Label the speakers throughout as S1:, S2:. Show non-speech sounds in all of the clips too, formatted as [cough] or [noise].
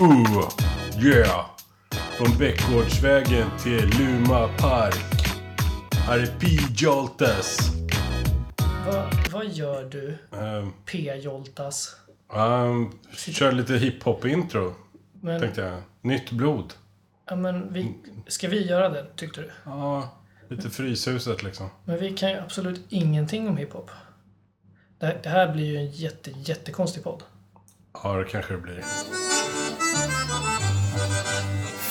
S1: Uh, yeah! Från Bäckgårdsvägen till Luma Park. Här är P-Joltas.
S2: Vad- vad gör du,
S1: Ehm,
S2: P-Joltas?
S1: ehm, kör lite hiphop-intro,
S2: Men,
S1: tänkte jag. Nytt blod.
S2: ja, men vi, ska vi göra det, tyckte du?
S1: Ja, lite Fryshuset liksom.
S2: Men vi kan ju absolut ingenting om hiphop. Det här, det här blir ju en jätte, jättekonstig podd.
S1: Ja, det kanske det blir.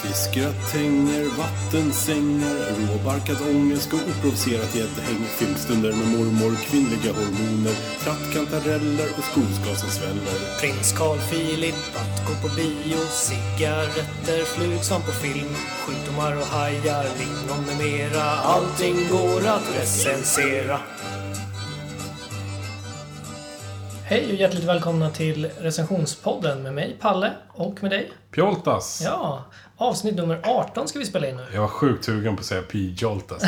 S3: Fiskgratänger, vattensängar, råbarkad ångest och oprovocerat gäddhäng. Filmstunder med mormor, kvinnliga hormoner, trattkantareller och skogsgas som sväller.
S4: Prins Carl Philip att gå på bio Cigaretter flug som på film Sjukdomar och hajar, lingon med mera Allting går att recensera
S2: Hej och hjärtligt välkomna till recensionspodden med mig, Palle, och med dig.
S1: Pjoltas!
S2: Ja, avsnitt nummer 18 ska vi spela in nu.
S1: Jag var sjukt sugen på att säga P-Joltas.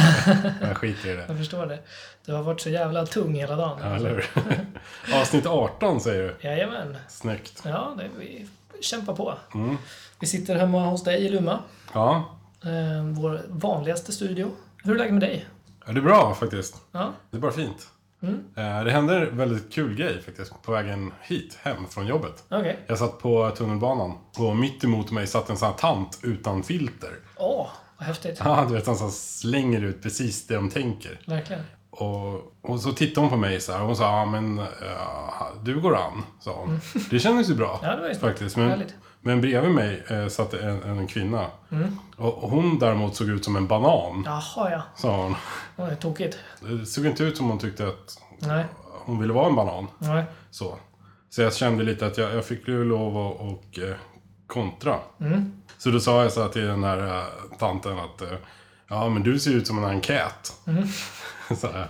S1: Men jag skiter i det.
S2: Jag förstår det. Du har varit så jävla tung hela dagen.
S1: Ja, eller hur? Avsnitt 18 säger du.
S2: Jajamän.
S1: Snyggt.
S2: Ja, det, vi kämpar på. Vi sitter hemma hos dig i Luma.
S1: Ja,
S2: Eh, vår vanligaste studio. Hur är läget med dig?
S1: ja, det är bra faktiskt.
S2: Ja,
S1: Det är bara fint.
S2: Mm.
S1: Eh, Det hände en väldigt kul grej faktiskt på vägen hit, hem från jobbet.
S2: okej.
S1: Jag satt på tunnelbanan och mitt emot mig satt en sån här tant utan filter. [laughs]
S2: Åh, vad häftigt.
S1: Ja, du vet, han som slänger ut precis det de tänker.
S2: Verkligen.
S1: Och, och så tittade hon på mig så här och hon sa, ja men eh, du går an, sa hon. [laughs] Det kändes ju bra.
S2: Mm. Ja, det var ju
S1: faktiskt. Men,
S2: härligt.
S1: men bredvid mig eh, satt en, en kvinna.
S2: Mm.
S1: Och, och hon däremot såg ut som en banan,
S2: Jaha, ja.
S1: sa hon.
S2: Oj, tokigt.
S1: Det såg inte ut som hon tyckte att
S2: Nej,
S1: hon ville vara en banan.
S2: nej.
S1: Så. Så jag kände lite att jag, jag fick ju lov att och, eh, kontra.
S2: Mm.
S1: Så då sa jag så här till den här eh, tanten att eh, Ja men du ser ut som en enkät.
S2: Mm.
S1: [laughs] så här.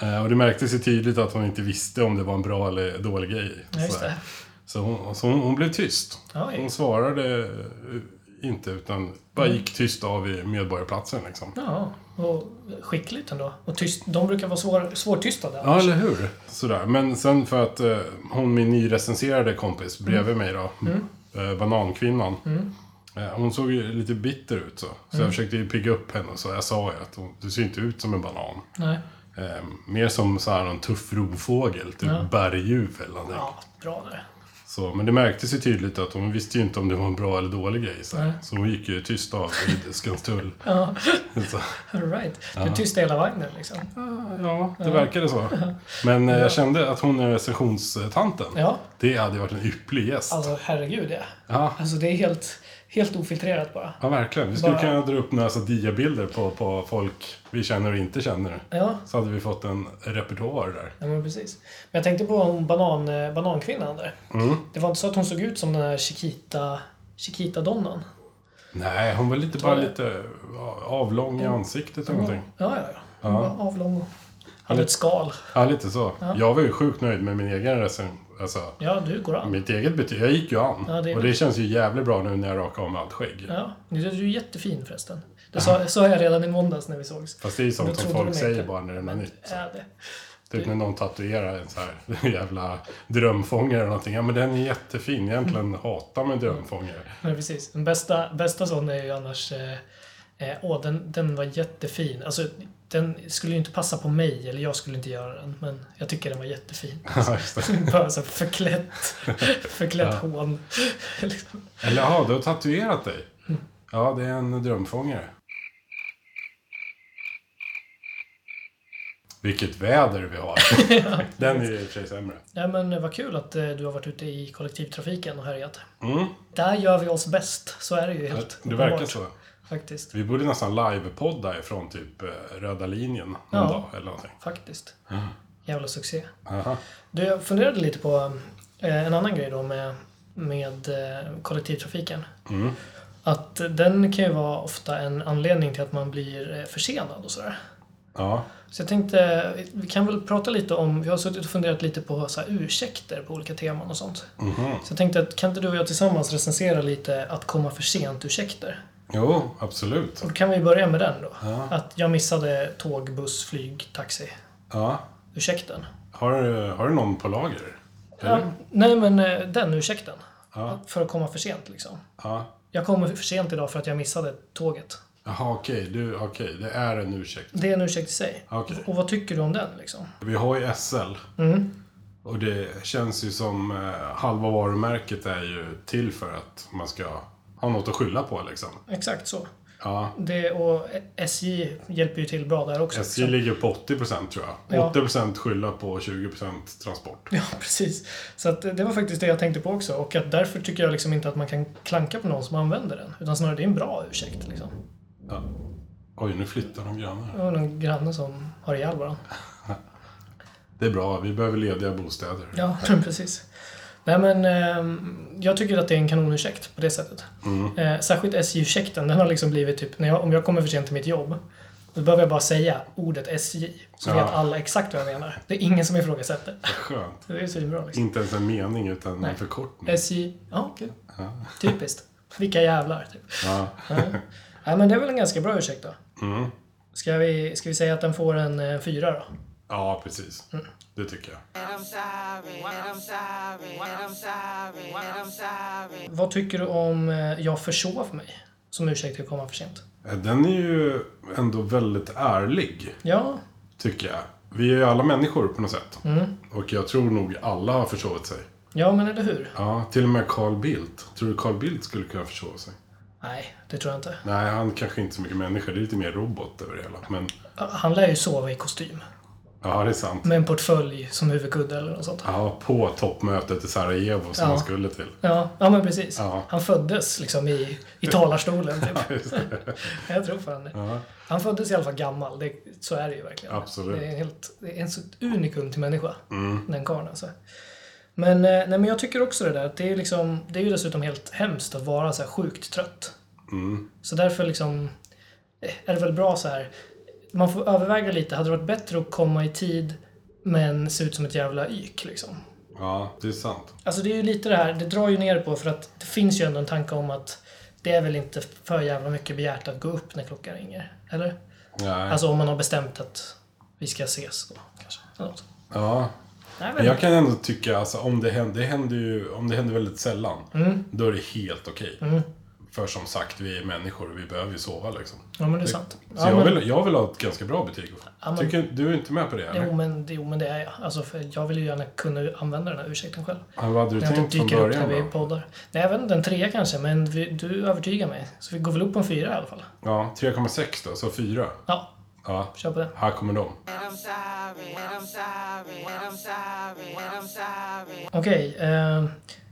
S1: Eh, och det märktes ju tydligt att hon inte visste om det var en bra eller dålig grej.
S2: Ja, just
S1: så här.
S2: det.
S1: så, hon, så hon, hon blev tyst.
S2: Oj.
S1: Hon svarade eh, inte utan bara gick tyst av i Medborgarplatsen liksom.
S2: Ja, och skickligt ändå. Och tyst, de brukar vara svår, svårtystade.
S1: Ja, eller hur? Sådär. Men sen för att eh, hon, min nyrecenserade kompis bredvid mig då, eh, banankvinnan. Eh, hon såg ju lite bitter ut så. Så jag försökte ju pigga upp henne och så. Jag sa ju att hon, du ser inte ut som en banan.
S2: Nej.
S1: Eh, mer som så här en tuff rovfågel, typ berguv eller någonting.
S2: Ja, bra där.
S1: Så, men det märktes ju tydligt att hon visste ju inte om det var en bra eller dålig grej. Så, här. så hon gick ju tyst av vid Skanstull.
S2: Ja,
S1: Så.
S2: all right. Du tysta hela vagnen liksom.
S1: Ja, det verkade så. Men eh, jag kände att hon är recensionstanten.
S2: Ja,
S1: Det hade varit en ypperlig gäst.
S2: alltså herregud ja.
S1: Ja.
S2: Alltså det är helt, helt ofiltrerat bara.
S1: ja, verkligen. Vi skulle
S2: Bara-
S1: kunna dra upp några så diabilder på, på folk vi känner och inte känner.
S2: Ja,
S1: Så hade vi fått en repertoar där.
S2: ja men precis. Men jag tänkte på hon banan, eh, banankvinnan där. Det var inte så att hon såg ut som den här Chiquita, Chiquita-donnan?
S1: Nej, hon var lite, bara
S2: det.
S1: lite avlång
S2: Mm.
S1: i ansiktet eller någonting.
S2: Ja, ja, ja. Hon var avlång och hade ett skal.
S1: Ja, lite så. Jag var ju sjukt nöjd med min egen recension. Alltså,
S2: Ja, du går an.
S1: mitt eget betyg. Jag gick ju an.
S2: Ja, det är
S1: och
S2: väl-
S1: det känns ju jävligt bra nu när jag rakar av med allt skägg.
S2: Ja, du, du är jättefin förresten. Det sa, sa jag redan i måndags när vi sågs.
S1: Fast det är ju
S2: Då
S1: sånt som
S2: trodde de
S1: folk
S2: inte.
S1: säger bara när det är nytt.
S2: Är det.
S1: Typ när någon tatuerar en så här [laughs] jävla drömfångare eller någonting. Ja men den är jättefin.
S2: Mm.
S1: Egentligen hatar man drömfångare.
S2: Men precis. Den bästa, bästa sån är ju annars... eh, Eh, åh, den, den var jättefin. Alltså, den skulle ju inte passa på mig, eller jag skulle inte göra den. Men jag tycker den var jättefin.
S1: [laughs] Ja, just det.
S2: [laughs] Bara så här förklätt,
S1: [laughs]
S2: förklätt hån. [laughs] liksom.
S1: Eller ja, du har tatuerat dig. Ja, det är en drömfångare. Vilket väder vi
S2: [laughs]
S1: har. Den är ju i och för sig sämre.
S2: Ja, men eh, vad kul att eh, du har varit ute i kollektivtrafiken och härjat.
S1: Mm,
S2: Där gör vi oss bäst. Så är det ju helt
S1: det verkar
S2: uppenbart,
S1: så.
S2: Faktiskt.
S1: Vi borde nästan livepodda ifrån typ eh, röda linjen någon
S2: Ja.
S1: dag eller någonting.
S2: Faktiskt. Jävla succé.
S1: Aha.
S2: Du, jag funderade lite på eh, en annan grej då med, med eh, kollektivtrafiken.
S1: Mm.
S2: Att eh, den kan ju vara ofta en anledning till att man blir eh, försenad och sådär.
S1: Ja,
S2: Så jag tänkte, eh, vi kan väl prata lite om, vi har suttit och funderat lite på så här, ursäkter på olika teman och sånt.
S1: Mm. Mhm.
S2: Så jag tänkte att kan inte du och jag tillsammans recensera lite att komma för sent-ursäkter?
S1: jo, absolut.
S2: Och då kan vi börja med den då. Att jag missade tåg, buss, flyg, taxi.
S1: Ja.
S2: Ursäkten.
S1: Har, du- har du någon på lager?
S2: Ja, nej men eh, den ursäkten.
S1: Ja.
S2: För att komma för sent liksom.
S1: Ja.
S2: Jag kommer för sent idag för att jag missade tåget.
S1: Jaha, okej. Du, okej. Det är en ursäkt.
S2: Det är en ursäkt i sig.
S1: Okej.
S2: Och vad tycker du om den liksom?
S1: Vi har ju SL.
S2: Mm.
S1: Och det känns ju som eh, halva varumärket är ju till för att man ska ha något att skylla på liksom.
S2: Exakt så.
S1: Ja.
S2: Det, och SJ hjälper ju till bra där också.
S1: SJ
S2: liksom.
S1: ligger på 80% tror jag.
S2: Ja.
S1: 80% skylla på 20% transport.
S2: [laughs] Ja, precis. Så att det var faktiskt det jag tänkte på också. Och att därför tycker jag liksom inte att man kan klanka på någon som använder den. Utan snarare det är en bra ursäkt. Liksom.
S1: Ja. Oj, nu flyttar de grannar.
S2: Det var någon granne som har ihjäl varandra.
S1: Det är bra, vi behöver lediga bostäder.
S2: [laughs] Ja, precis. Nej men, ehm, jag tycker att det är en kanonursäkt på det sättet. Eh, Särskilt SJ-ursäkten, den har liksom blivit typ, när jag, om jag kommer för sent till mitt jobb, då behöver jag bara säga ordet SJ. Så
S1: Ja.
S2: vet alla exakt vad jag menar. Det är ingen som ifrågasätter. [laughs]
S1: Skönt.
S2: Det är svinbra liksom.
S1: Inte ens en mening utan
S2: Nej.
S1: en förkortning.
S2: SJ, Mm. ja okej. Typiskt. Vilka jävlar. Typ.
S1: Ja.
S2: Ja. Nej men det är väl en ganska bra ursäkt då.
S1: Mm.
S2: Ska vi, ska vi säga att den får en eh, fyra då?
S1: ja, precis.
S2: Mm.
S1: Det tycker jag.
S2: Vad tycker du om eh, jag försov mig? Som ursäkt till att komma för sent.
S1: Eh, Den är ju ändå väldigt ärlig,
S2: Ja,
S1: tycker jag. Vi är ju alla människor på något sätt.
S2: Mm.
S1: Och jag tror nog alla har försovit sig.
S2: ja men eller hur?
S1: Ja, till och med Carl Bildt. Tror du Carl Bildt skulle kunna försova sig?
S2: Nej, det tror jag inte.
S1: Nej, han kanske inte är så mycket människa. Det är lite mer robot över det hela. Men,
S2: Han lär ju sova i kostym.
S1: ja, det är sant.
S2: Med en portfölj som huvudkudde eller något sånt.
S1: Ja, på toppmötet i Sarajevo som
S2: Ja.
S1: han skulle till.
S2: Ja, ja men precis.
S1: Ja.
S2: Han föddes liksom i, i talarstolen. Typ.
S1: Just det.
S2: jag tror fan det.
S1: Ja.
S2: Han föddes i alla fall gammal. Det, så är det ju verkligen.
S1: Absolut.
S2: Det är, en helt, det är en så unikum till människa.
S1: Mm,
S2: Den karln alltså. Men, eh, nej, men jag tycker också det där. att Det är, liksom, det är ju dessutom helt hemskt att vara så här sjukt trött.
S1: mm.
S2: Så därför liksom eh, är det väl bra så här. Man får överväga lite. Hade det varit bättre att komma i tid men se ut som ett jävla yk liksom?
S1: ja, det är sant.
S2: Alltså det är ju lite det här, det drar ju ner på för att det finns ju ändå en tanke om att det är väl inte för jävla mycket begärt att gå upp när klockan ringer. Eller?
S1: Nej.
S2: Alltså om man har bestämt att vi ska ses då kanske. Eller något.
S1: Ja,
S2: Nej,
S1: men
S2: men,
S1: jag kan ändå tycka alltså, om det händer, det händer ju, om det händer väldigt sällan,
S2: Mm.
S1: då är det helt okej. För som sagt, vi är människor och vi behöver ju sova liksom.
S2: ja, men det är sant.
S1: Så
S2: Ja,
S1: jag,
S2: men,
S1: vill, jag vill ha ett ganska bra betyg.
S2: men-
S1: Tycker, du är inte med på det eller?
S2: jo, men, jo men det är jag. Alltså, för jag vill ju gärna kunna använda den här ursäkten själv.
S1: Ja, vad hade du
S2: När jag
S1: tänkt
S2: inte
S1: från
S2: dyker upp när
S1: början
S2: vi
S1: då?
S2: poddar. Nej, jag vet inte, en trea kanske, men vi, du övertygar mig. Så vi går väl upp på en fyra i alla fall.
S1: Ja, 3,6 då, så 4.
S2: Ja,
S1: Ja,
S2: kör på det.
S1: här kommer de.
S2: Okej, eh,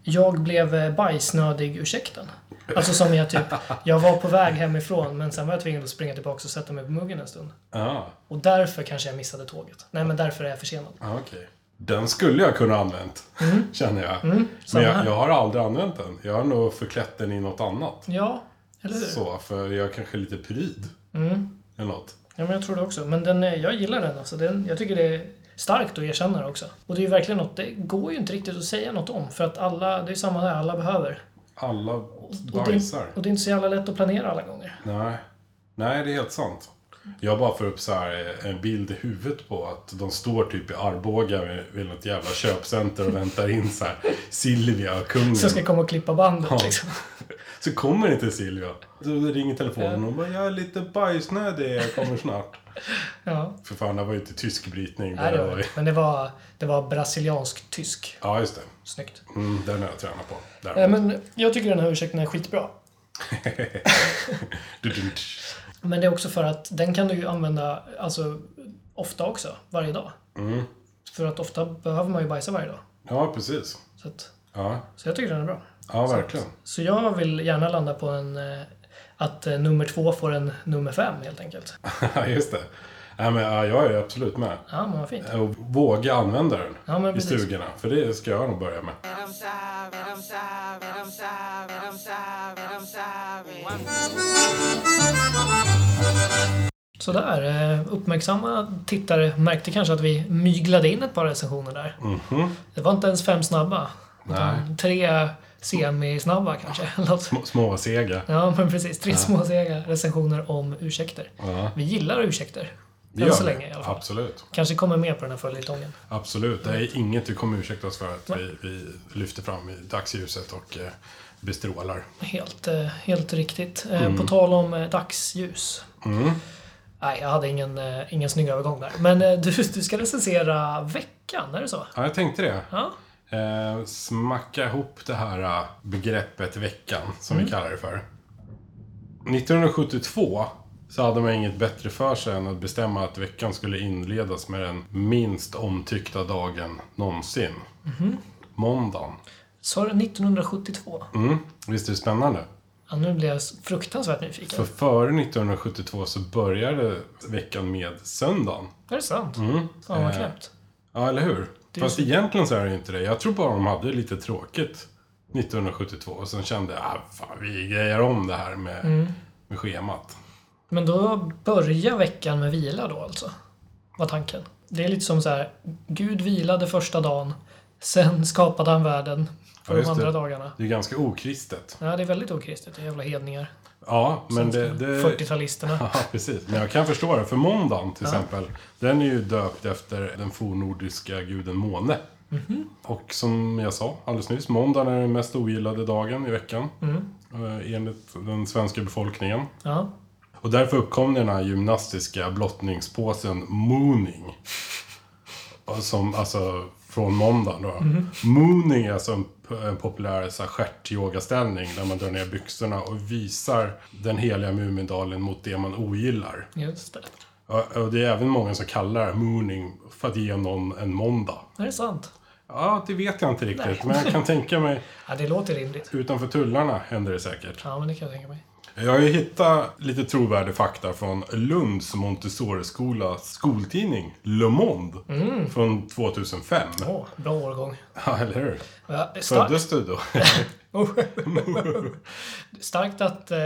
S2: jag blev eh, bajsnödig ursäkten. Alltså som jag typ,
S1: [laughs]
S2: jag var på väg hemifrån men sen var jag tvingad att springa tillbaka och sätta mig på muggen en stund.
S1: Ja,
S2: Och därför kanske jag missade tåget. Nej men därför är jag försenad.
S1: ja okej. Den skulle jag kunna ha använt, känner jag. Men
S2: Mm. samma
S1: jag,
S2: här.
S1: jag har aldrig använt den. Jag har nog förklätt den i något annat.
S2: Ja, eller hur?
S1: Så, för jag kanske är lite pryd.
S2: Mm.
S1: Eller något.
S2: Ja men jag tror det också. Men den, eh, jag gillar den alltså. Den, jag tycker det är starkt att erkänna det också. Och det är ju verkligen något, det går ju inte riktigt att säga något om. För att alla, det är ju samma där, alla behöver.
S1: Alla
S2: Och det, är-
S1: bajsar.
S2: och det är inte så jävla lätt att planera alla gånger.
S1: Nej. Nej, det är helt sant. Jag bara får upp så här eh, en bild i huvudet på att de står typ i Arboga vid- vid något jävla köpcenter och väntar in så här Silvia och kungen.
S2: Så jag ska komma och klippa bandet
S1: Ja.
S2: liksom.
S1: Så kommer inte Silvia. Då ringer telefonen och bara “Jag är lite bajsnödig, jag kommer snart”.
S2: Ja.
S1: För fan, det var ju inte tysk brytning.
S2: Nej, det var
S1: var
S2: det
S1: ju...
S2: inte. Men det var, det var brasiliansk-tysk.
S1: Ja, just det.
S2: Snyggt.
S1: Mm, den har jag tränat på. Där.
S2: Eh, Men jag tycker den här ursäkten är skitbra.
S1: Du-dum-tsch.
S2: Men det är också för att den kan du ju använda alltså, ofta också, varje dag. För att ofta behöver man ju bajsa varje dag.
S1: Ja, precis.
S2: Så, att,
S1: Ja,
S2: så jag tycker den är bra.
S1: ja verkligen.
S2: Så jag vill gärna landa på en, eh, att eh, nummer två får en nummer fem helt enkelt.
S1: [laughs] Ja, just det. Nej, men, ja, jag är absolut med.
S2: Ja, men vad fint.
S1: Och våga använda den
S2: Ja, men
S1: i
S2: precis.
S1: stugorna. För det ska jag nog börja med.
S2: Sådär, eh, uppmärksamma tittare märkte kanske att vi myglade in ett par recensioner där.
S1: Mhm.
S2: Det var inte ens fem snabba. Utan tre semisnabba kanske. eller något.
S1: Små, små sega.
S2: ja, men precis. Tre småsega recensioner om ursäkter. Vi gillar ursäkter.
S1: Vi
S2: Än
S1: gör
S2: så
S1: det.
S2: länge i alla fall.
S1: Absolut.
S2: Kanske kommer mer på den här följetongen.
S1: Absolut. Det är inget vi kommer ursäkta oss för att vi, vi lyfter fram i dagsljuset och eh, bestrålar.
S2: Helt, eh, helt riktigt. Eh,
S1: Mm.
S2: På tal om eh, dagsljus. Nej, jag hade ingen, eh, ingen snygg övergång där. Men eh, du, [laughs] du ska recensera veckan, är det så?
S1: Ja, jag tänkte det.
S2: Ja.
S1: Eh, smacka ihop det här eh, begreppet veckan, som
S2: Mm.
S1: vi kallar det för. 1972 så hade man inget bättre för sig än att bestämma att veckan skulle inledas med den minst omtyckta dagen någonsin.
S2: Mhm.
S1: Måndagen.
S2: Sa du 1972?
S1: Mm. Visst är det spännande?
S2: Ja, nu blir jag s- fruktansvärt nyfiken.
S1: För före 1972 så började veckan med söndagen.
S2: Är det sant?
S1: Mm.
S2: Fan vad
S1: Eh,
S2: knäppt.
S1: Ja, eller hur?
S2: Det är
S1: Fast egentligen så är det ju inte det. Jag tror bara de hade det lite tråkigt 1972 och sen kände jag, ah, fan vi grejer om det här med, med schemat.
S2: Men då börjar veckan med vila då alltså? Var tanken. Det är lite som så här, Gud vilade första dagen, sen skapade han världen för
S1: Ja,
S2: de
S1: just
S2: andra
S1: det.
S2: dagarna.
S1: Det är ganska okristet.
S2: Ja, det är väldigt okristet. Det är jävla hedningar.
S1: Ja, men det... det...
S2: 40-talisterna.
S1: Ja, precis. Men jag kan förstå det. För måndagen till exempel, den är ju döpt efter den fornnordiska guden måne. Mhm. Och som jag sa alldeles nyss, måndagen är den mest ogillade dagen i veckan. eh, Enligt den svenska befolkningen.
S2: Ja.
S1: Och därför uppkom den här gymnastiska blottningspåsen mooning. Och Som, alltså från måndagen då. Mooning är alltså en, p- en populär så här stjärtyogaställning där man drar ner byxorna och visar den heliga Mumindalen mot det man ogillar.
S2: Just det.
S1: Och, och det är även många som kallar det mooning för att ge någon en måndag.
S2: Är det sant?
S1: Ja, det vet jag inte riktigt, men jag kan tänka mig
S2: Ja, det låter rimligt.
S1: utanför tullarna händer det säkert.
S2: Ja, men det kan jag tänka mig.
S1: Jag har ju hittat lite trovärdig fakta från Lunds Montessori-skola skoltidning Le Monde
S2: Mm.
S1: från 2005.
S2: Åh, bra årgång.
S1: Ja, eller hur?
S2: Ja, starkt,
S1: Föddes du då? [laughs]
S2: starkt att eh,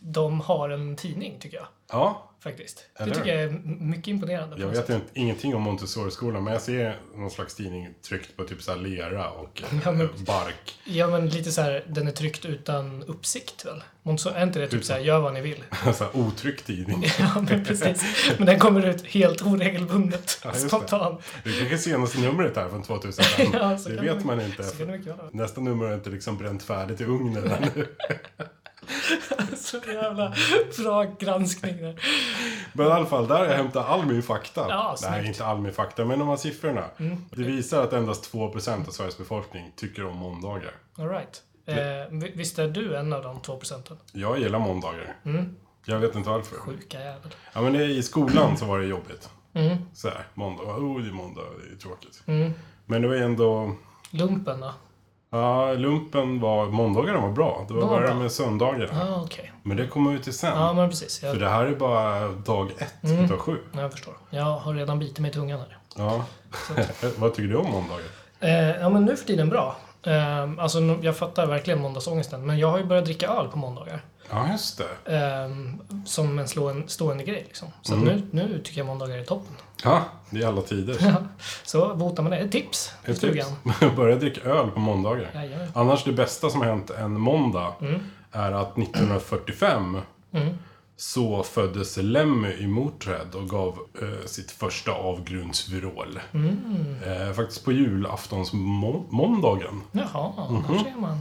S2: de har en tidning, tycker jag.
S1: ja,
S2: Faktiskt.
S1: Eller
S2: Det
S1: hur?
S2: tycker jag är m- mycket imponerande. på
S1: jag
S2: något
S1: vet
S2: sätt.
S1: inte, ingenting om Montessori-skolan, men jag ser någon slags tidning tryckt på typ så här lera och eh,
S2: [laughs] Ja, men-
S1: bark. [laughs]
S2: Ja, men lite så här, den är tryckt utan uppsikt väl? Montessori, är inte det typ så här, gör vad ni vill? [laughs]
S1: så här otryckt tidning.
S2: ja, men precis. Men den kommer ut helt oregelbundet,
S1: Ja, just det.
S2: spontant.
S1: Det kanske är senaste numret här från 2005.
S2: [laughs] Ja, så
S1: det
S2: kan
S1: vet
S2: det-
S1: man inte.
S2: Så kan det mycket vara.
S1: Nästa nummer är inte liksom bränt färdigt i ugnen ännu.
S2: Så jävla bra granskning där.
S1: Men i alla fall, där har jag hämtat all min fakta.
S2: Ja,
S1: Nej,
S2: snyggt. Mm.
S1: inte all min fakta, men de här siffrorna. Det visar att endast 2% av Sveriges befolkning tycker om måndagar.
S2: All right. Eh, vi- visst är du en av de två procenten?
S1: Jag gillar måndagar.
S2: Mm.
S1: Jag vet inte varför.
S2: Sjuka jävel.
S1: Ja, men det- i skolan så var det jobbigt.
S2: Mm.
S1: Så här, måndag. Oh, det är måndag, det är tråkigt. Men det var ändå...
S2: Lumpen då?
S1: Ja, lumpen var... Måndagarna var bra. Det var
S2: De var
S1: bara
S2: bra.
S1: med söndagarna.
S2: Ja, ah, okej.
S1: Men det kommer vi till sen.
S2: Ja, Mm. men precis.
S1: För
S2: Jag,
S1: det här är bara dag ett utav sju.
S2: jag förstår. Jag har redan bitit mig i tungan här.
S1: Ja. [laughs] Vad tycker du om måndagar?
S2: Eh, ja, men nu för tiden bra. Eh, alltså, no- jag fattar verkligen måndagsångesten, men jag har ju börjat dricka öl på måndagar.
S1: Ja, just det.
S2: Eh, som en slåen, stående grej liksom. Så
S1: Mm.
S2: att nu, nu tycker jag måndagar är toppen.
S1: Ja, det är alla tider.
S2: Så bota med det. Ett tips! i
S1: Ett
S2: stugan.
S1: tips. [laughs] Börja dricka öl på måndagar.
S2: Jajamän.
S1: Annars det bästa som har hänt en måndag
S2: Mm.
S1: är att 1945 så föddes Lemmy i Morträdd och gav eh, sitt första avgrundsvrål.
S2: Mm.
S1: Eh, faktiskt på julaftonsmåndagen.
S2: Jaha,
S1: Mhm.
S2: där ser man.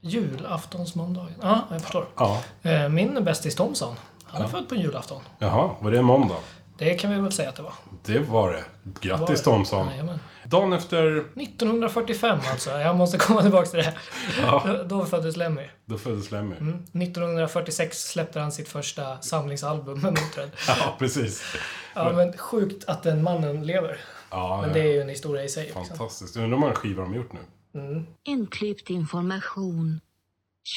S2: Julaftonsmåndagen. Ja, jag förstår.
S1: Ja.
S2: Eh, min bästis Thomson, han är född på julafton.
S1: Jaha, var det en måndag?
S2: Det kan vi väl säga att det var.
S1: Det var det. Grattis
S2: Var det?
S1: Thomson.
S2: Jajamän.
S1: Dagen efter,
S2: 1945 alltså, jag måste komma tillbaka till det. Då, då föddes Lemmy.
S1: då föddes Lemmy.
S2: Mm. 1946 släppte han sitt första samlingsalbum med Motörhead.
S1: [laughs] Ja, precis.
S2: Ja, men sjukt att den mannen lever.
S1: Ja,
S2: Men det är ju en historia i sig. Liksom.
S1: fantastiskt. Undrar hur många skivor de har gjort nu?
S5: Inklippt information.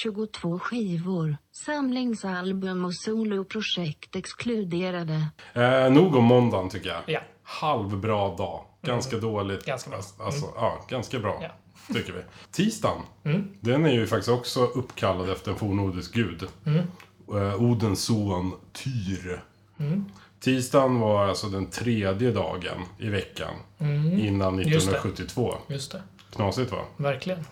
S5: 22 skivor, samlingsalbum och soloprojekt exkluderade.
S1: Eh, nog om måndagen tycker jag.
S2: Ja.
S1: Halvbra dag. Ganska dåligt.
S2: Mm. Ganska bra. Mm.
S1: Alltså, alltså, ja, ganska bra.
S2: Ja. Mm.
S1: Tycker vi. Tisdagen. Den är ju faktiskt också uppkallad efter en fornnordisk gud.
S2: Mm.
S1: Eh, Odens son Tyr.
S2: Mm.
S1: Tisdagen var alltså den tredje dagen i veckan. Innan
S2: Mm. Just det.
S1: 1972.
S2: Just det,
S1: Knasigt va?
S2: verkligen.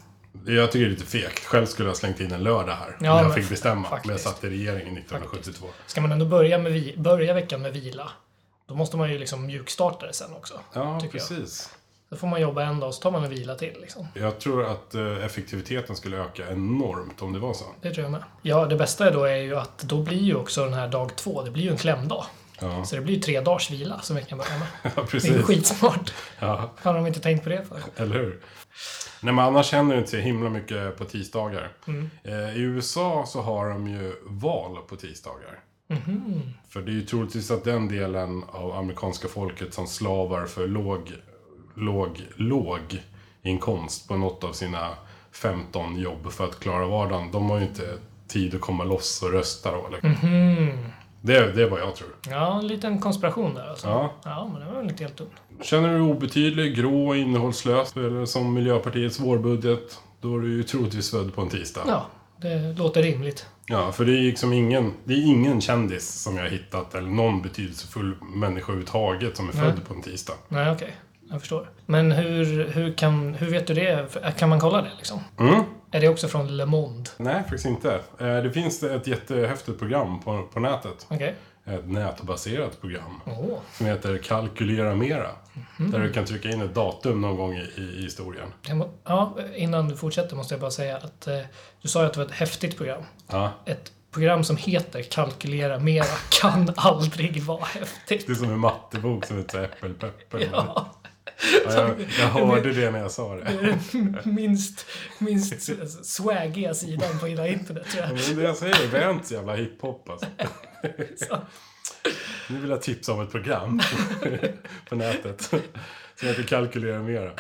S1: Jag tycker det är lite fegt. Själv skulle jag ha slängt in en lördag här.
S2: Ja,
S1: när jag
S2: men
S1: fick bestämma. Men jag
S2: faktiskt.
S1: satt i regeringen 1972.
S2: Ska man ändå börja, med vi- börja veckan med vila Då måste man ju liksom mjukstarta det sen också.
S1: Ja,
S2: tycker jag.
S1: precis.
S2: Då får man jobba en dag och så tar man en vila till. Liksom.
S1: Jag tror att eh, effektiviteten skulle öka enormt om det var så.
S2: Det tror jag med. Ja, det bästa då är ju att då blir ju också den här dag två, det blir ju en klämdag.
S1: Ja,
S2: Så det blir ju tre dagars vila som vi kan börja med.
S1: [laughs] ja
S2: Det är ju
S1: precis.
S2: skitsmart.
S1: Ja,
S2: Fan har de inte tänkt på det för?
S1: eller hur? Nej, men annars händer det inte så himla mycket på tisdagar.
S2: Mm.
S1: Eh, I USA så har de ju val på tisdagar.
S2: Mhm.
S1: För det är ju troligtvis att den delen av amerikanska folket som slavar för låg, låg, låg inkomst på något av sina 15 jobb för att klara vardagen. De har ju inte tid att komma loss och rösta då. Eller?
S2: Mhm.
S1: Det, det är vad jag tror.
S2: Ja, en liten konspiration där alltså.
S1: Ja.
S2: Ja, men det var väl inte helt dumt.
S1: Känner du dig obetydlig, grå och innehållslös, eller som Miljöpartiets vårbudget, då är du ju troligtvis född på en tisdag.
S2: Ja, det låter rimligt.
S1: Ja, för det är liksom ingen, det är ingen kändis som jag har hittat, eller någon betydelsefull människa överhuvudtaget som är född på en tisdag.
S2: Nej, okej. Jag förstår. Men hur, hur, kan, hur vet du det? Kan man kolla det liksom?
S1: Mm.
S2: Är det också från Le Monde?
S1: Nej, faktiskt inte. Eh, Det finns ett jättehäftigt program på, på nätet.
S2: Okej.
S1: Ett nätbaserat program
S2: Åh,
S1: som heter Kalkylera Mera. Där du kan trycka in ett datum någon gång i, i historien.
S2: det må- Ja, innan du fortsätter måste jag bara säga att eh, du sa ju att det var ett häftigt program.
S1: Ja,
S2: Ett program som heter Kalkylera mera kan aldrig vara häftigt.
S1: det är som en mattebok som heter Äppelpeppel.
S2: Ja,
S1: Ja, jag, jag hörde det när jag sa det.
S2: minst, minst swagiga sidan på hela internet tror jag.
S1: Men det jag säger, vi är inte så jävla hiphop
S2: [laughs]
S1: alltså. Nu vill jag tipsa om ett program [laughs] på nätet som heter Kalkylera Mera.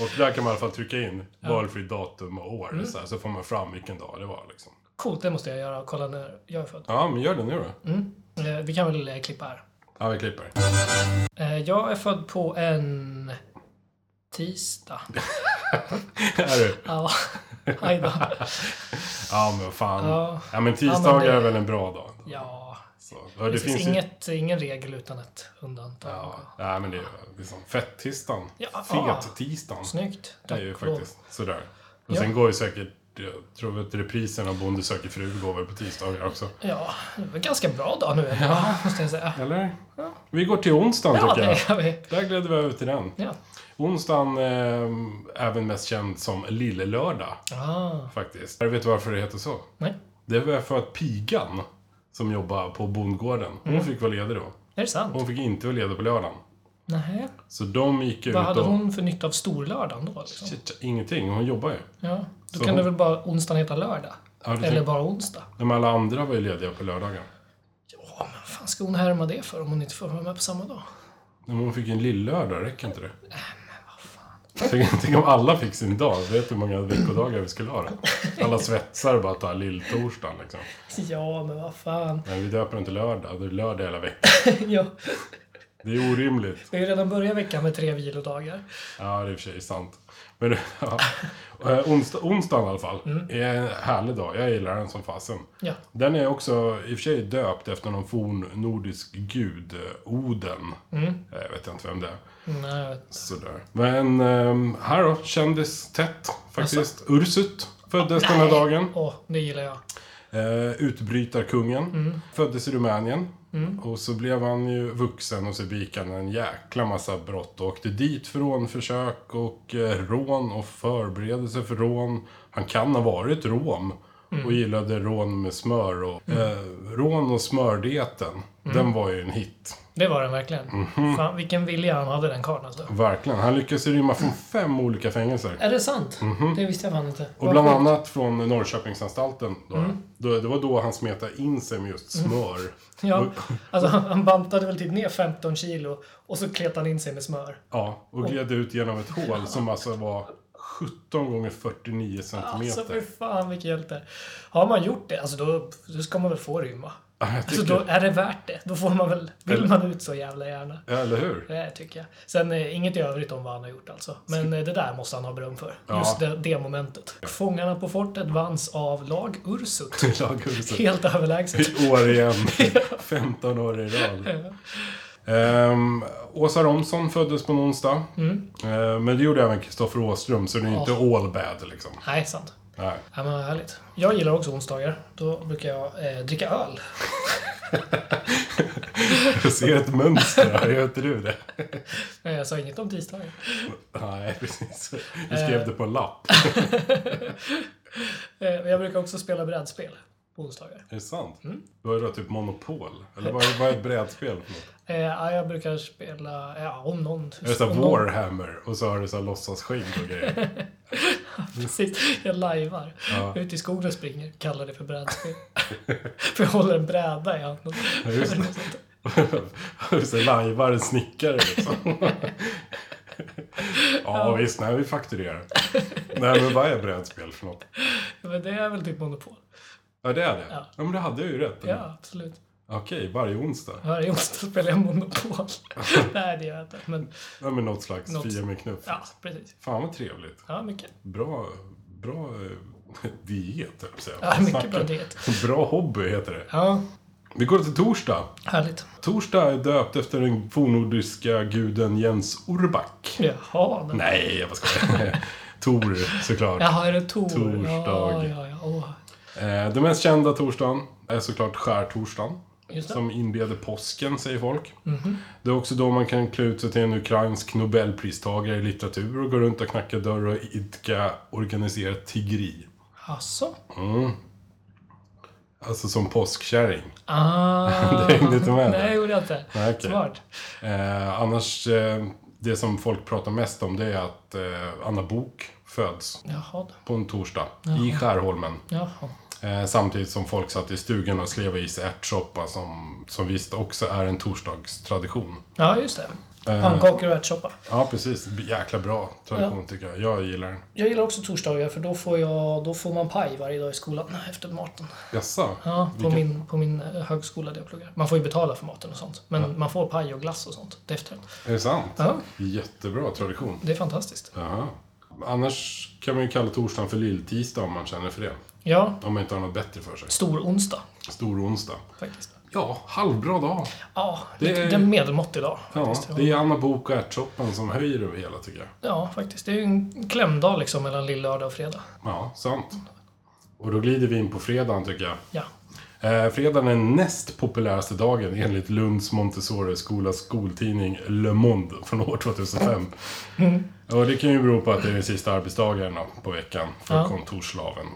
S1: Och där kan man i alla fall trycka in valfritt datum och år
S2: Mm.
S1: så, här, så får man fram vilken dag det var liksom.
S2: Coolt, det måste jag göra och kolla när jag är född.
S1: Ja, men gör det nu då.
S2: Eh, Vi kan väl eh, klippa här.
S1: Ja, vi klipper. [laughs]
S2: Eh, Jag är född på en tisdag.
S1: Är du? [laughs]
S2: Ja, hej då.
S1: Ja, men vad fan.
S2: Ja.
S1: Ja. men tisdagar
S2: det-
S1: är väl en bra dag.
S2: Ja,
S1: Så. Ja, det,
S2: det,
S1: finns,
S2: finns
S1: ju...
S2: inget, ingen regel utan ett undantag.
S1: Ja, nej, men det är liksom fettisdagen.
S2: Ja.
S1: Fet-tisdagen.
S2: Snyggt.
S1: Det är ju
S2: Tack och lov.
S1: faktiskt sådär. Och
S2: Ja.
S1: sen går ju säkert, jag tror att reprisen av Bonde söker fru går väl på tisdagar också.
S2: Ja, det var en ganska bra dag nu ändå, ja. måste jag säga.
S1: Eller? Vi går till onsdagen
S2: Ja,
S1: tycker
S2: det
S1: jag.
S2: gör vi.
S1: [laughs] Där glider vi över till den.
S2: Ja.
S1: Onsdagen eh, även mest känd som Lillelördag
S2: Ah,
S1: faktiskt. Jag vet varför det heter så.
S2: nej.
S1: Det var för att pigan som jobbar på bondgården, hon
S2: Mm.
S1: fick vara ledig då.
S2: Är det sant?
S1: Hon fick inte vara ledig på lördagen.
S2: Nej.
S1: Så de gick ut
S2: Vad hade
S1: och...
S2: hon för nytta av storlördagen då? Liksom?
S1: Shit, ingenting, hon jobbar ju.
S2: Ja. Då
S1: Så
S2: kan det
S1: hon-
S2: väl bara onsdagen heta lördag?
S1: Ja, det
S2: Eller
S1: tänk-
S2: bara onsdag?
S1: Men alla andra var ju lediga på lördagen.
S2: Ja, men vad fan ska hon härma det för om hon inte får vara med på samma dag? [laughs]
S1: Men hon fick en lillördag, räcker inte det? Tänk, tänk om alla fick sin dag. Vet du hur många veckodagar vi skulle ha då? Alla svetsar bara tar lilltorsdagen liksom.
S2: Ja, men vad fan. [laughs]
S1: Nej, vi döper inte lördag. Det är lördag hela veckan.
S2: ja.
S1: Det är orimligt.
S2: Vi har ju redan börjat veckan med tre vilodagar.
S1: Ja, det är i och för sig sant. Men ja. Eh, onsdag, onsdagen i alla fall är en härlig dag. Jag gillar den som fasen.
S2: Ja.
S1: Den är också i och för sig döpt efter någon forn nordisk gud, eh, Oden. Jag vet inte vem det är.
S2: Nej, jag vet.
S1: Sådär. Men ehm, här då, kändis tätt faktiskt. Ursut föddes den här dagen.
S2: Åh, det gillar jag.
S1: Eh, utbrytarkungen. Föddes i Rumänien. Och så blev han ju vuxen och så begick han en jäkla massa brott och åkte dit för rånförsök och eh, rån och förberedelse för rån. Han kan ha varit rom och gillade rån med smör och eh, rån och smördieten. Den var ju en hit.
S2: Det var den verkligen.
S1: Mhm.
S2: Fan, vilken vilja han hade den karln alltså.
S1: Verkligen. Han lyckades rymma från fem olika fängelser.
S2: Är det sant? Det visste jag fan inte.
S1: Mhm. Och bland annat från Norrköpingsanstalten. Då,
S2: Mm.
S1: då, det var då han smetade in sig med just smör.
S2: Ja, alltså han han bantade väl typ ner 15 kilo och så kletade han in sig med smör.
S1: Ja, och gled ut genom ett hål som alltså var 17 gånger 49 centimeter.
S2: Alltså för fan vilken hjälte. Har man gjort det, alltså då, då ska man väl få rymma.
S1: jag
S2: Alltså
S1: tycker-
S2: då är det värt det. Då får man väl, vill man ut så jävla gärna.
S1: Ja, Eller
S2: [laughs]
S1: hur?
S2: Det tycker jag. Sen eh, inget i övrigt om vad han har gjort alltså. Men eh, det där måste han ha beröm för.
S1: Ja.
S2: Just det, det momentet. Fångarna på fortet vanns av lag
S1: [laughs]
S2: Ursut.
S1: Laghuset.
S2: Helt överlägset.
S1: I år
S2: [laughs]
S1: igen. 15 år i rad. Ehm, Åsa Romson föddes på en onsdag.
S2: Mm.
S1: Ehm, men det gjorde även Kristoffer Åström, så det är ju inte all bad liksom.
S2: Nej, sant.
S1: Nej.
S2: Ja, men vad härligt. Jag gillar också onsdagar. Då brukar jag eh, dricka öl.
S1: Jag ser ett mönster här, gör inte du det?
S2: Nej, Eh, jag sa inget om tisdagen.
S1: Nej, [laughs] precis. Du skrev det på en lapp.
S2: Eh, men Jag brukar också spela brädspel på onsdagar.
S1: Är det sant?
S2: Mm.
S1: Då är det typ Monopol? Eller vad är, vad är ett brädspel för något?
S2: Eh, ja, Jag brukar spela, eh, ja, om någon...
S1: Är det så här
S2: om någon- [laughs]
S1: Warhammer och så har du så här låtsasskinn och grejer?
S2: Precis, jag lajvar.
S1: Ja.
S2: Ut i skogen och springer, kallar det
S1: [laughs]
S2: för brädspel. för jag håller en bräda i handen.
S1: Ja, [laughs] just det. så lajvar en snickare liksom. [laughs] Ja, visst. Nej, vi fakturerar. Nej, men vad är brädspel för något?
S2: Men det är väl typ monopol.
S1: Mm. Ja, det är det?
S2: Ja.
S1: Ja, men det hade jag ju rätt. eller?
S2: Ja, absolut.
S1: Okej, varje onsdag.
S2: Varje onsdag spelar jag monopol. [laughs] Nej, det gör jag inte. Men
S1: Ja, men något slags
S2: Något-
S1: fia med knuff.
S2: ja, precis.
S1: Fan vad trevligt.
S2: Ja, mycket.
S1: Bra, bra eh, [laughs] diet, höll jag på att säga.
S2: Ja, mycket bra
S1: Snacka.
S2: diet.
S1: Bra hobby heter det.
S2: Ja,
S1: Vi går till torsdag.
S2: härligt.
S1: Torsdag är döpt efter den fornnordiska guden Jens Orback.
S2: Jaha. Men...
S1: Nej, jag bara skojar. [laughs] Tor, såklart.
S2: Jaha, är det tor? Ja,
S1: Torsdag.
S2: ja, ja. Åh.
S1: Eh, Den mest kända torsdagen är såklart skärtorsdagen.
S2: Just det. Mhm.
S1: Som inleder påsken, säger folk. Det är också då man kan klä ut sig till en ukrainsk nobelpristagare i litteratur och gå runt och knacka dörr och idka organiserat tiggeri.
S2: Jaså?
S1: Alltså som påskkärring. [laughs]
S2: Ah.
S1: Det hängde inte med där.
S2: Nej, det gjorde jag inte.
S1: Nej, okej.
S2: Smart.
S1: Eh, annars, eh, det som folk pratar mest om det är att eh, Anna Bok föds
S2: Jaha då.
S1: på en torsdag i Skärholmen.
S2: Jaha.
S1: Eh, samtidigt som folk satt i stugan och slev i sig ärtsoppa som, som visst också är en torsdagstradition.
S2: Ja, just det.
S1: Eh.
S2: Pannkakor och ärtsoppa.
S1: Ja, precis. Jäkla bra tradition tycker jag. Jag gillar den.
S2: Jag gillar också torsdagar för då får, jag, då får man paj varje dag i skolan efter maten.
S1: Jaså?
S2: Ja, på,
S1: Vilken-
S2: min, på min eh, högskola där jag pluggar. Man får ju betala för maten och sånt. Men man får paj och glass och sånt till efterrätt.
S1: Är det sant?
S2: Ja,
S1: Jättebra tradition.
S2: det är fantastiskt.
S1: Jaha. Annars kan man ju kalla torsdagen för lilltisdag om man känner för det.
S2: Ja,
S1: Om man inte har något bättre för sig.
S2: stor onsdag
S1: Stor onsdag.
S2: faktiskt.
S1: Ja, halvbra dag.
S2: Ja,
S1: Det
S2: det
S1: är-
S2: är en medelmåttig dag.
S1: Ja,
S2: Faktiskt.
S1: det är Anna Bok och ärtsoppan som höjer det hela tycker jag.
S2: ja, faktiskt. Det är ju en klämdag liksom mellan lillördag och fredag.
S1: Ja, sant. Och då glider vi in på fredagen tycker jag.
S2: Ja,
S1: Eh, fredagen är den näst populäraste dagen enligt Lunds Montessori-skolas skoltidning Le Monde från år 2005.
S2: Mm.
S1: Och det kan ju bero på att det är den sista arbetsdagen då, på veckan för
S2: Ja.
S1: kontorslaven.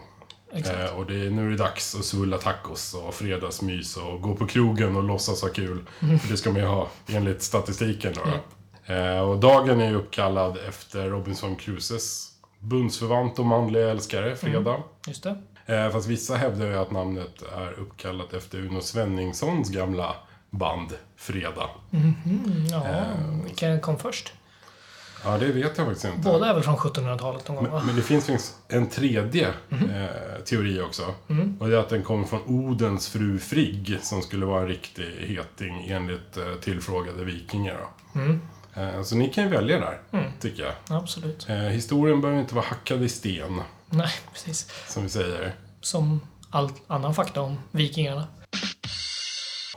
S2: exakt.
S1: Eh, och det är, nu är det dags att svulla tacos och fredagsmys och gå på krogen och låtsas ha kul.
S2: Mm.
S1: För det ska man ju ha enligt statistiken då. då. Eh, och dagen är ju uppkallad efter Robinson Crusoes bundsförvant och manliga älskare, Fredag.
S2: Just det.
S1: Eh, fast vissa hävdar ju att namnet är uppkallat efter Uno Svenningssons gamla band Fredag.
S2: Ja,
S1: Eh,
S2: vilken kom först?
S1: Ja, det vet jag faktiskt inte.
S2: Båda är väl från 1700-talet någon gång, va?
S1: Men det finns finns en tredje eh, teori också. Och det är att den kommer från Odens fru Frigg som skulle vara en riktig heting enligt eh, tillfrågade vikingar. Då. Eh, så ni kan ju välja där, tycker jag.
S2: Absolut.
S1: Eh, historien behöver inte vara hackad i sten,
S2: Nej, precis.
S1: som vi säger.
S2: Som all annan fakta om vikingarna.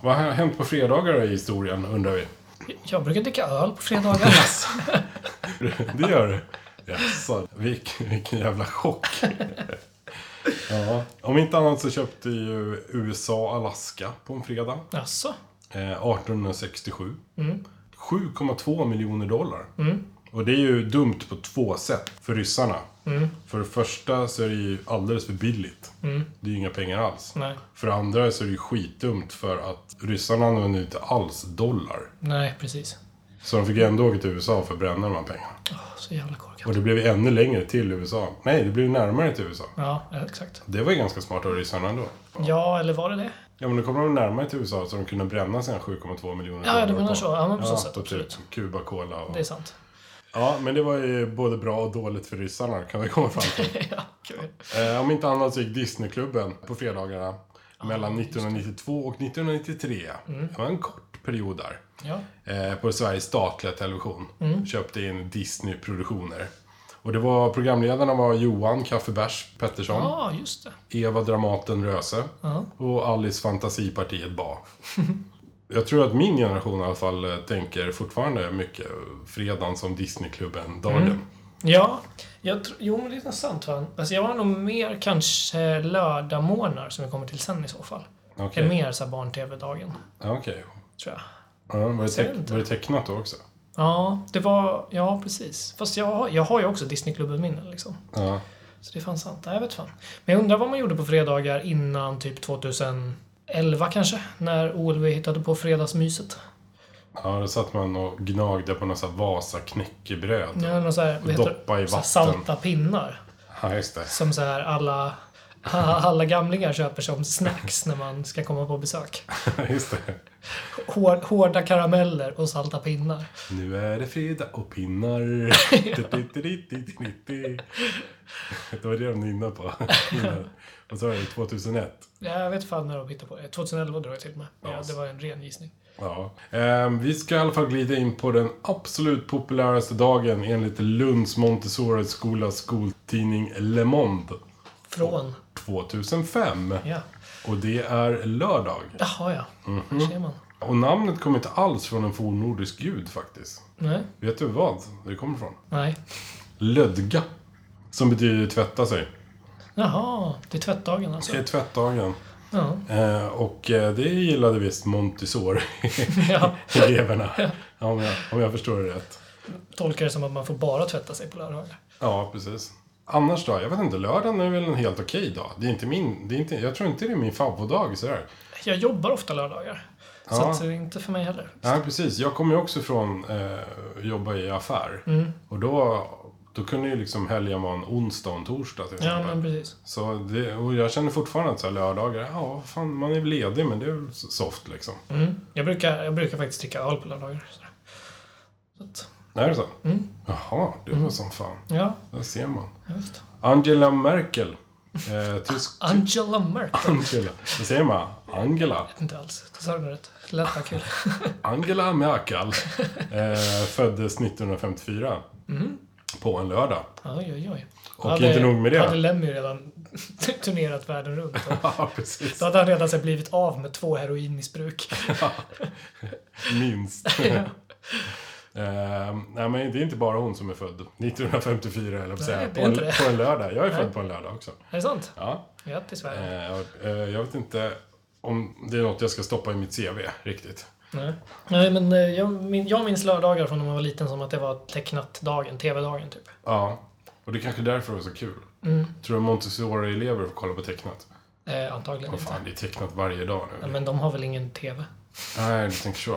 S1: Vad har hänt på fredagar i historien, undrar vi?
S2: Jag brukar dricka öl
S1: [laughs]
S2: på fredagar.
S1: Det gör du? Jaså, vilken, vilken jävla chock. Ja. Om inte annat så köpte ju USA Alaska på en fredag.
S2: Jaså?
S1: Eh, 1867. 7,2 miljoner dollar. Och det är ju dumt på två sätt för ryssarna. För det första så är det ju alldeles för billigt. Det är ju inga pengar alls.
S2: Nej.
S1: För det andra så är det ju skitdumt för att ryssarna använder ju inte alls dollar.
S2: Nej, precis.
S1: Så de fick ju ändå åka till USA för att bränna de här pengarna.
S2: Åh, så jävla korkat.
S1: Och det blev ju ännu längre till USA. Nej, det blev närmare till USA.
S2: Ja, exakt.
S1: Det var ju ganska smart av ryssarna ändå.
S2: Ja, eller var det det?
S1: Ja, men då kommer de närmare till USA så de kunde bränna sina 7,2 miljoner
S2: Ja, du
S1: dollar
S2: menar
S1: på-
S2: så. Ja, men på så
S1: Ja,
S2: sätt.
S1: på
S2: Absolut.
S1: typ Kuba, Cola och...
S2: Det är sant. [laughs]
S1: Ja, men det var ju både bra och dåligt för ryssarna, kan vi komma fram
S2: [laughs]
S1: till.
S2: ja, kul.
S1: eh, om inte annat så gick Disneyklubben på fredagarna mellan 1992 och 1993.
S2: Mm.
S1: Det var en kort period där.
S2: Ja.
S1: eh, på Sveriges statliga television.
S2: Mm.
S1: Köpte in Disney-produktioner. Och det var, programledarna var Johan Kaffebärs Pettersson,
S2: Ja, just det.
S1: Eva Dramaten Röse och Alice Fantasipartiet Ba. [laughs] Jag tror att min generation i alla fall eh, tänker fortfarande mycket fredagen som Disneyklubben-dagen.
S2: Mm. Ja, jag tr- jo men det är nästan sant va? Alltså jag var nog mer kanske lördagmorgnar som jag kommer till sen i så fall.
S1: Okej.
S2: Är mer så här barn-tv-dagen,
S1: Ja, Okej.
S2: tror jag.
S1: Ja, var, det
S2: ser
S1: teck-
S2: inte.
S1: var det tecknat då också?
S2: Ja, det var... Ja, precis. Fast jag, jag har ju också Disneyklubben-minnen liksom.
S1: Ja.
S2: Så det fanns sant. Nej, jag vet fan. Men jag undrar vad man gjorde på fredagar innan typ 2011 kanske? När OLV hittade på fredagsmyset.
S1: Ja, då satt man och gnagde på någon sån här Vasa-knäckebröd.
S2: Ja, någon så här, vad heter
S1: Doppa i
S2: det? Så här
S1: vatten.
S2: salta pinnar.
S1: Ja, just det. [laughs]
S2: Som så här alla, [laughs] alla gamlingar köper som snacks när man ska komma på besök.
S1: just det.
S2: Hår, hårda karameller och salta pinnar.
S1: Nu är det fredag och
S2: [laughs]
S1: pinnar. det var det de nynnade på. [laughs] och så var det 2001.
S2: Ja, Jag vet fan när de hittade på det. 2011 drar jag till med. Ja, det var en ren gissning.
S1: Ja. Ehm, vi ska i alla fall glida in på den absolut populäraste dagen enligt Lunds Montessori-skolas skoltidning Le Monde.
S2: Från.
S1: 2005.
S2: Ja.
S1: Och det är lördag.
S2: Jaha, ja. Här ser man.
S1: Och namnet kommer inte alls från en fornnordisk gud faktiskt.
S2: Nej.
S1: Vet du vad det kommer från?
S2: Nej.
S1: Lödga. Som betyder tvätta sig.
S2: Jaha, det är tvättdagen alltså.
S1: Det är tvättdagen.
S2: Ja.
S1: Eh, och eh, det gillade visst [laughs] Montessori-eleverna.
S2: ja.
S1: om, jag, om jag förstår det rätt.
S2: Tolkar det som att man får bara tvätta sig på lördagar.
S1: Ja, precis. Annars då? Jag vet inte, lördagen är väl en helt okej dag. Det är inte min, det är inte, jag tror inte det är min favoritdag sådär.
S2: Jag jobbar ofta lördagar. Så
S1: Ja.
S2: att det är inte för mig heller.
S1: Nej, precis. Jag kommer ju också från eh, jobba i affär.
S2: Mm.
S1: Och då, då kunde ju liksom helgen vara en onsdag och en torsdag till
S2: Ja,
S1: exempel.
S2: men precis.
S1: Så det, och jag känner fortfarande att så här lördagar, ja, fan, man är ledig men det är väl soft liksom.
S2: Mm. Jag, brukar, jag brukar faktiskt dricka öl på lördagar. Så. Så att,
S1: Är det så?
S2: Mm.
S1: Jaha, det var som fan.
S2: ja,
S1: Där ser man.
S2: just.
S1: Angela Merkel. Eh,
S2: [laughs]
S1: tysk...
S2: Angela Merkel.
S1: Angela. Vad säger man? Angela.
S2: inte alls. Det sa du nog rätt. Det lät bara kul.
S1: Angela Merkel. Eh, [laughs] föddes 1954. På en lördag.
S2: Oj, oj, oj.
S1: Och inte nog med det.
S2: hade Lemmy redan [laughs] turnerat världen runt.
S1: [laughs] Ja, precis.
S2: Då hade han redan så här blivit av med två heroinmissbruk. [laughs]
S1: Minst. Eh, nej, men det är inte bara hon som är född 1954, eller
S2: Nej,
S1: säga,
S2: det
S1: på,
S2: är
S1: en,
S2: inte det.
S1: på en lördag. Jag är född på en lördag också.
S2: Är det sant?
S1: Ja.
S2: Grattis världen.
S1: Eh, och, eh, jag vet inte om det är något jag ska stoppa i mitt CV riktigt.
S2: Nej. Nej, men eh, jag, min, jag minns lördagar från när man var liten som att det var tecknat-dagen, tv-dagen typ.
S1: Ja, och det är kanske därför det var så kul.
S2: Mm.
S1: Tror du Montessori-elever får kolla på tecknat?
S2: Eh, antagligen
S1: Vad
S2: inte.
S1: fan, det är tecknat varje dag nu.
S2: Ja, men de har väl ingen tv?
S1: Nej, du tänker så.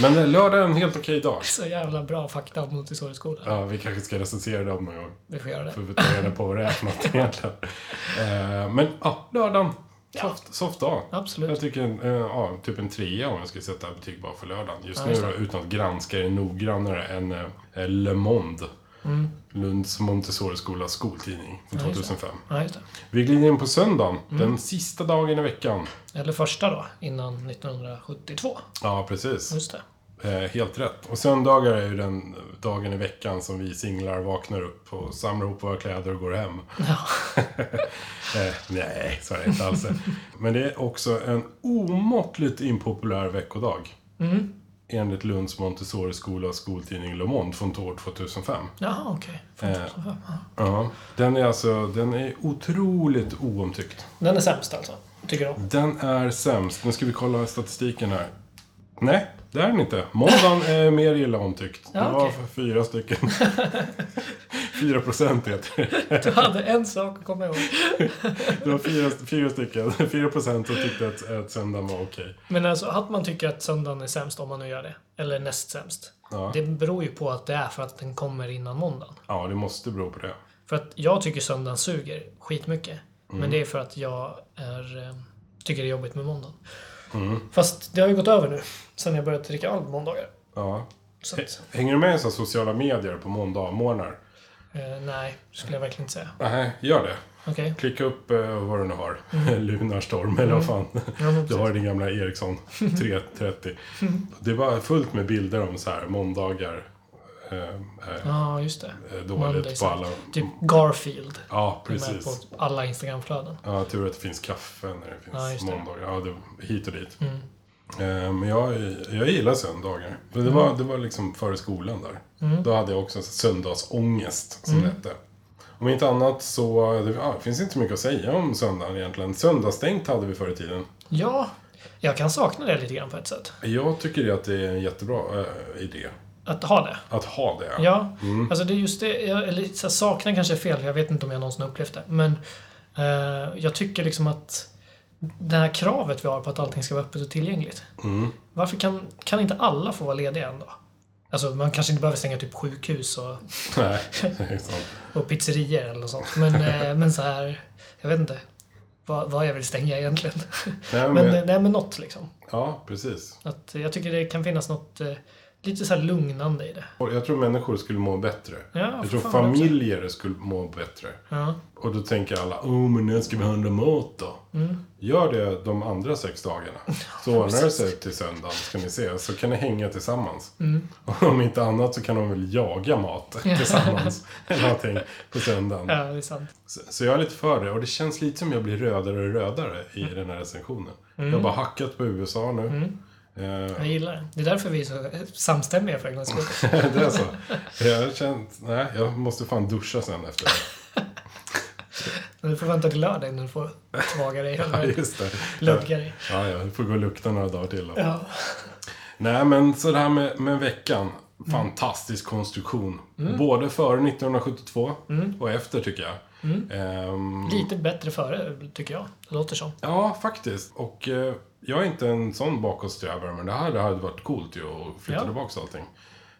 S1: Men eh, lördag är en helt okej dag.
S2: Så jävla bra fakta om Montessori-skolan.
S1: Ja, vi kanske ska recensera dem någon gång.
S2: Vi får göra det.
S1: För vi tar reda på vad det är för något
S2: [laughs]
S1: egentligen. Eh, men ja, lördagen. Soft, soft dag. Jag
S2: Absolut.
S1: tycker en, eh, ja, typ en trea om jag ska sätta betyg bara för lördagen. Just
S2: Ja,
S1: nu
S2: just
S1: då, utan att granska det noggrannare än eh, Le Monde. Lunds Montessori-skolas skoltidning från
S2: Mm. Ja, just det.
S1: 2005.
S2: Mm. Ja, just det.
S1: Vi glider in på söndagen, den sista dagen i veckan.
S2: Eller första då, innan 1972.
S1: Ja, precis.
S2: Just det.
S1: Eh, helt rätt. Och söndagar är ju den dagen i veckan som vi singlar vaknar upp och samlar ihop våra kläder och går hem. [laughs] eh, nej, så är det inte alls. Men det är också en omåttligt impopulär veckodag.
S2: Mm.
S1: Enligt Lunds Montessori-skola skoltidning Le Monde från år 2005.
S2: Jaha, okej. Från 2005. ja.
S1: Ja, den är alltså den är otroligt oomtyckt.
S2: Den är sämst alltså, tycker de.
S1: Den är sämst. Nu ska vi kolla statistiken här. Nej, det är den inte. Måndagen är mer illa omtyckt.
S2: Ja,
S1: det var
S2: okej.
S1: fyra
S2: [laughs]
S1: stycken. Fyra procent heter det.
S2: Du [laughs] hade en sak att komma ihåg.
S1: Det var fyra, fyra stycken. Fyra procent som tyckte att, att söndagen var okej.
S2: Men alltså, att man tycker att söndagen är sämst, om man nu gör det, eller näst sämst.
S1: Ja.
S2: Det beror ju på att det är för att den kommer innan måndagen.
S1: Ja, det måste bero på det.
S2: För att jag tycker söndagen suger skitmycket.
S1: Mm.
S2: Men det är för att jag är, eh, tycker det är jobbigt med måndagen.
S1: Mm.
S2: Fast det har ju gått över nu, sen jag började dricka öl på måndagar.
S1: Ja.
S2: Typ Så att,
S1: Hänger du med i så här sociala medier på måndagmorgnar?
S2: eh, nej, skulle jag verkligen inte säga.
S1: Nej, gör det.
S2: Okej.
S1: Klicka upp eh, vad du nu har. [laughs] Lunarstorm eller vad fan.
S2: Mm. Ja, men
S1: Du har din gamla Ericsson
S2: [laughs]
S1: 330. Det var fullt med bilder om så här måndagar. Eh, eh,
S2: Ja, just det.
S1: eh,
S2: Monday,
S1: dåligt på alla.
S2: Typ Garfield.
S1: Ja,
S2: är med
S1: precis.
S2: På alla Instagramflöden.
S1: Ja, tur att det finns kaffe när det
S2: Ja,
S1: finns
S2: just det. Mm.
S1: måndagar. Ja, det, hit och dit. Eh, Men jag, jag gillar söndagar. Men det
S2: Mm. Mm.
S1: var, det var liksom före skolan där. Då hade jag också söndagsångest, som det hette. Om inte annat så det, ja, det finns inte så mycket att säga om söndagen egentligen. Söndagsstängt hade vi förr i tiden.
S2: Ja, jag kan sakna det lite grann på ett sätt.
S1: Jag tycker att det är en jättebra eh, idé
S2: Att ha det.
S1: att ha det.
S2: Ja, alltså det är just det. Jag, eller så här, saknar kanske är fel, jag vet inte om jag någonsin har upplevt det. Men eh, jag tycker liksom att det här kravet vi har på att allting ska vara öppet och tillgängligt. Varför kan, kan inte alla få vara lediga en dag? Alltså man kanske inte behöver stänga typ sjukhus och,
S1: [laughs] Nej, det är sant.
S2: och pizzerior eller något sånt. Men, eh, men så här, jag vet inte vad, vad jag vill stänga egentligen.
S1: Nej,
S2: Men,
S1: men,
S2: eh, nej, men något liksom.
S1: ja, precis.
S2: Att, eh, jag tycker det kan finnas något eh, lite så här lugnande i det.
S1: Och Jag tror människor skulle må bättre.
S2: Ja,
S1: jag
S2: för
S1: tror
S2: fan
S1: familjer skulle må bättre.
S2: Ja.
S1: Och då tänker alla, oh men när ska vi handla mat då?
S2: Mm.
S1: Gör det de andra sex
S2: [laughs]
S1: dagarna. Så ordnar det sig till söndagen, ska ni se. Så kan ni hänga tillsammans.
S2: Mm.
S1: Och om inte annat så kan de väl jaga mat
S2: [laughs]
S1: tillsammans. eller någonting på söndagen.
S2: ja, det är sant.
S1: Så, så jag är lite för det. Och det känns lite som jag blir rödare och rödare i den här recensionen.
S2: Mm.
S1: Jag har bara hackat på USA nu. Eh,
S2: Jag gillar det. Det är därför vi är så samstämmiga för en gångs skull.
S1: [laughs] det är så. Jag känner, nej, jag måste fan duscha sen efter det.
S2: Du får vänta till lördag innan du får tvaga dig.
S1: Ja,
S2: eller
S1: [laughs] just det.
S2: Ludga dig.
S1: Ja, ja, det får gå och lukta några dagar till då.
S2: Ja.
S1: Nej, men så det här med, med veckan.
S2: Mm.
S1: Fantastisk konstruktion. Både före 1972
S2: Mm.
S1: och efter tycker jag. Ehm,
S2: Lite bättre före, tycker jag. Det låter som.
S1: ja, faktiskt. Och eh, jag är inte en sån bakåtsträvare, men det här det hade varit coolt ju att flytta
S2: Ja.
S1: tillbaka allting.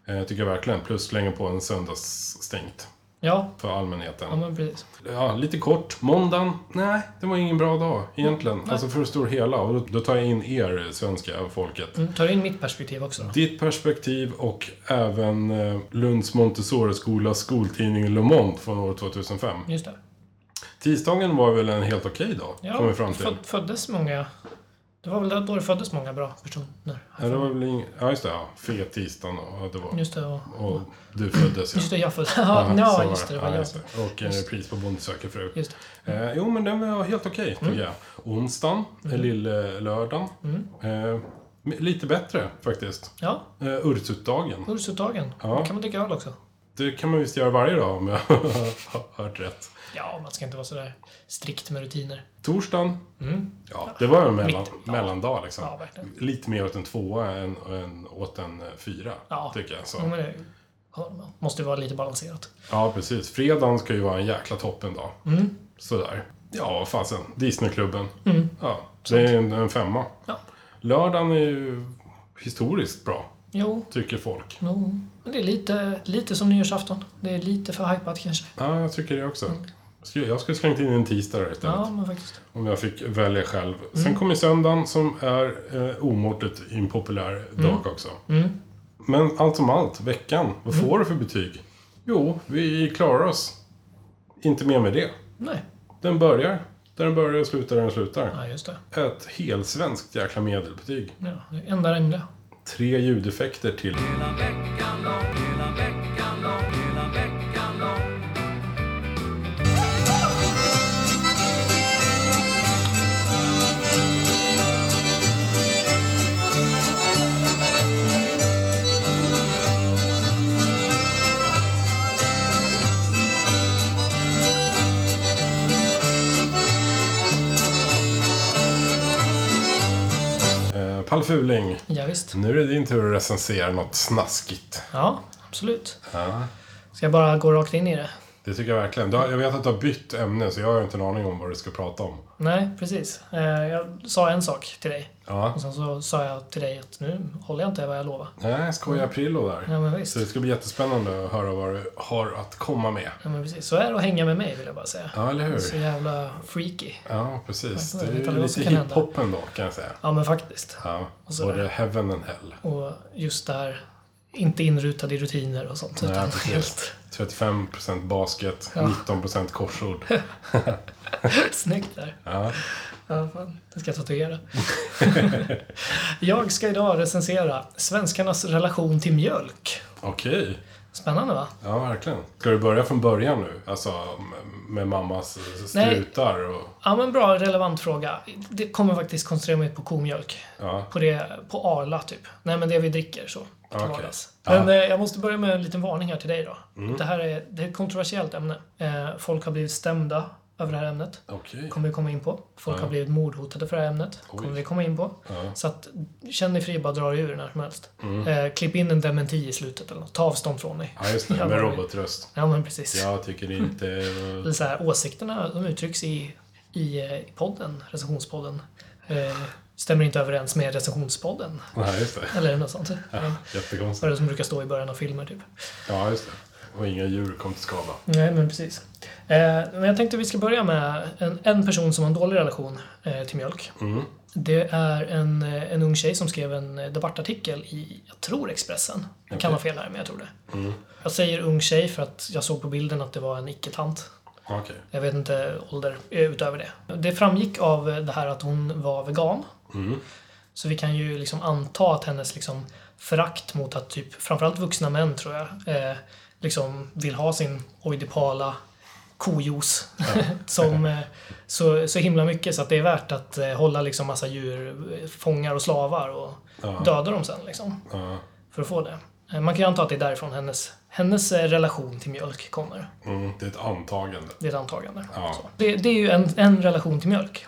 S1: Eh, tycker jag verkligen. Plus slänga på en söndagsstängt
S2: Ja,
S1: för allmänheten.
S2: ja men precis.
S1: Ja, lite kort. Måndagen? Nej, det var ingen bra dag egentligen. Alltså för det stora hela. Och då- då tar jag in er, eh, svenska folket.
S2: Mm, Tar in mitt perspektiv också då?
S1: Ditt perspektiv och även eh, Lunds Montessori-skolas skoltidning Le Monde från år 2005.
S2: Just det.
S1: Tisdagen var väl en helt okej dag,
S2: Ja,
S1: kom vi fram till.
S2: föd- föddes många... Det var väl då det föddes många bra personer.
S1: Ja, det var väl ing... ja, just det. Ja. Fet tisdagen och, ja, det var.
S2: Just det, och...
S1: och du föddes
S2: Just
S1: ja.
S2: det, jag föddes.
S1: Ja,
S2: [laughs] Ja,
S1: så
S2: ja,
S1: var
S2: just det. Det var
S1: Ja,
S2: jag.
S1: just det. Och en repris på Bonde söker fru.
S2: Just det.
S1: Eh, jo, men den var helt okej,
S2: Mm.
S1: tycker jag. Onsdagen, mm. lille lördagen.
S2: Mm.
S1: Eh, m- lite bättre, faktiskt.
S2: Ja,
S1: Eh, Ursutdagen.
S2: Ursuttagen.
S1: Ja.
S2: Då kan man dricka öl också.
S1: Det kan man visst göra varje dag, om jag [laughs] har hört rätt.
S2: Ja, man ska inte vara sådär strikt med rutiner.
S1: Torsdagen. Ja, det var en mellan,
S2: Mm. Mitt, ja.
S1: mellandag, liksom.
S2: Ja, verkligen.
S1: lite mer åt en tvåa än, än åt en eh, fyra,
S2: Ja. Mm.
S1: tycker jag. Så.
S2: Ja, men det ja, man måste ju vara lite balanserat.
S1: Ja, precis. Fredagen ska ju vara en jäkla toppendag.
S2: Mm.
S1: Sådär. Ja, vad fasen. Disneyklubben. Ja, det är en, en femma.
S2: Ja.
S1: Lördagen är ju historiskt bra,
S2: Jo,
S1: tycker folk.
S2: jo. Men det är lite, lite som nyårsafton. Det är lite för hypat kanske.
S1: Ja, jag tycker det också.
S2: Mm.
S1: Skulle- Jag skulle slängt in en tisdag där istället.
S2: Ja, Mm. men faktiskt.
S1: Om jag fick välja själv. Sen kommer söndagen som är eh, omåttligt impopulär
S2: Mm.
S1: dag också. Men allt som allt, veckan. Vad
S2: Mm.
S1: får du för betyg? Jo, vi klarar oss. Inte mer med det.
S2: Nej.
S1: Den börjar där den börjar och slutar där den slutar.
S2: Ja, just det.
S1: Ett helsvenskt jäkla medelbetyg.
S2: Ja, det enda rimliga.
S1: Tre ljudeffekter till. Eh, Palle Fuling,
S2: Ja, visst.
S1: nu är det din tur att recensera något snaskigt.
S2: Ja, absolut.
S1: Ja.
S2: Ska jag bara gå rakt in i det?
S1: Det tycker jag verkligen. Du har, jag vet att du har bytt ämne så jag har inte en aning om vad du ska prata om.
S2: Nej, precis. Eh, Jag sa en sak till dig.
S1: Ja.
S2: Och sen så sa jag till dig att nu håller jag inte vad jag lovar.
S1: Nej, skoja Prillo där.
S2: Ja, men visst.
S1: Så det ska bli jättespännande att höra vad du har att komma med.
S2: Ja, men precis. Så är det att hänga med mig, vill jag bara säga.
S1: Ja, eller hur?
S2: Så jävla freaky.
S1: Ja, precis.
S2: Jag
S1: Det är
S2: vet
S1: ju
S2: inte vad
S1: lite
S2: som kan hända.
S1: hiphopen då, kan jag säga.
S2: Ja, men faktiskt.
S1: Ja,
S2: så-
S1: både heaven and hell.
S2: Och just där, inte inrutad i rutiner och sånt.
S1: Ja,
S2: utan
S1: precis.
S2: helt
S1: 35% basket, 19% korsord.
S2: snyggt där.
S1: Ja.
S2: Ja, fan. Det ska jag tatuera. [laughs] jag ska idag recensera svenskarnas relation till mjölk.
S1: Okej.
S2: Spännande va?
S1: Ja, verkligen. Ska du börja från början nu? Alltså med- med mammas eh, strutar och...
S2: Ja men bra, relevant fråga. Det kommer faktiskt koncentrera mig på komjölk.
S1: Ja.
S2: På, det, på Arla typ. Nej men det vi dricker så. till
S1: Okej.
S2: vardags.
S1: Ja. Mm.
S2: Men eh, jag måste börja med en liten varning här till dig då. Det här är, det är ett kontroversiellt ämne. Eh, folk har blivit stämda över det här ämnet.
S1: Okej.
S2: kommer vi komma in på. Folk har blivit mordhotade för det här ämnet. kommer vi komma in på. Så att, känn dig fri, bara dra dig ur när som helst. Eh, klipp in en dementi i slutet eller något. Ta avstånd från dig.
S1: Ja, just det.
S2: Jag
S1: Med
S2: bara-
S1: robotröst.
S2: Ja, men precis.
S1: Jag tycker inte...
S2: [laughs] Eller så här, åsikterna de uttrycks i, i eh, podden, recensionspodden, eh, stämmer inte överens med recensionspodden.
S1: Nej, just det.
S2: Eller något sånt. Ja. Vad är
S1: Jättekonstigt.
S2: det som brukar stå i början av filmer, typ.
S1: Ja, just det. Och inga djur kom till skada.
S2: Nej, men precis. Eh, men jag tänkte vi ska börja med en, en person som har en dålig relation eh, till mjölk. Det är en, eh, en ung tjej som skrev en eh, debattartikel i, jag tror Expressen. Jag kan ha fel här, men jag tror det. Jag säger ung tjej för att jag såg på bilden att det var en icke-tant.
S1: Okej.
S2: Jag vet inte ålder eh, utöver det. Det framgick av eh, det här att hon var vegan. Så vi kan ju liksom anta att hennes liksom förakt mot att typ, framförallt vuxna män tror jag, eh, liksom vill ha sin oidipala kojuice [laughs] som eh, så, så himla mycket så att det är värt att eh, hålla liksom massa djur, eh, fångar och slavar och döda dem sen liksom.
S1: Ja.
S2: För att få det. Eh, Man kan ju anta att det är därifrån hennes, hennes eh, relation till mjölk kommer.
S1: Mm, det är ett antagande.
S2: Det är ett antagande.
S1: Ja. Mm.
S2: Så. Det, det är ju en, en relation till mjölk.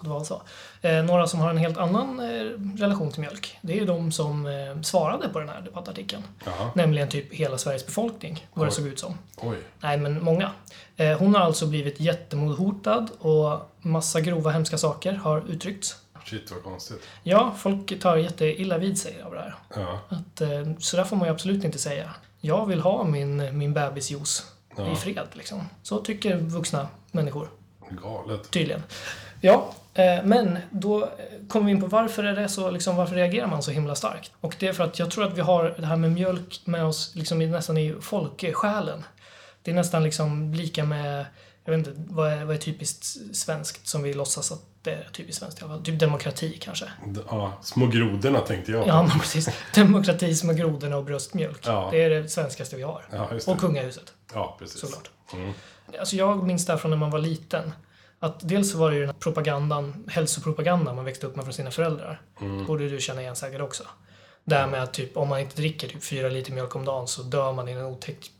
S2: Att vara så. Eh, några som har en helt annan eh, relation till mjölk, det är ju de som eh, svarade på den här debattartikeln.
S1: Jaha.
S2: Nämligen typ hela Sveriges befolkning, vad det såg ut som.
S1: Oj.
S2: Nej, men många. Eh, hon har alltså blivit jättemordhotad och massa grova hemska saker har uttryckts.
S1: Shit, vad konstigt.
S2: Ja, folk tar jätteilla vid sig av det här.
S1: Ja.
S2: Att, eh, så där får man ju absolut inte säga. Jag vill ha min, min bebisjuice i fred. Liksom. Så tycker vuxna människor,
S1: Galet.
S2: tydligen. Ja, eh, men då eh, kommer vi in på varför är det så, liksom, varför reagerar man så himla starkt? Och det är för att jag tror att vi har det här med mjölk med oss liksom, i- nästan i folksjälen. Det är nästan liksom lika med, jag vet inte, vad är, vad är typiskt svenskt som vi låtsas att det är typiskt svenskt? i alla fall? Typ demokrati kanske.
S1: D- Ja, små grodorna tänkte jag.
S2: Ja, [laughs] men precis. Demokrati som är grodorna och bröstmjölk.
S1: Ja.
S2: Det är det svenskaste vi har.
S1: Ja, just det.
S2: och kungahuset,
S1: Ja, precis.
S2: såklart.
S1: Mm.
S2: Alltså, jag minns det här från när man var liten. Att dels så var det ju den här propagandan, hälsopropagandan man växte upp med från sina föräldrar.
S1: Mm.
S2: borde du känna igen säkert också. Det här med att typ, om man inte dricker typ fyra liter mjölk om dagen så dör man i en otäck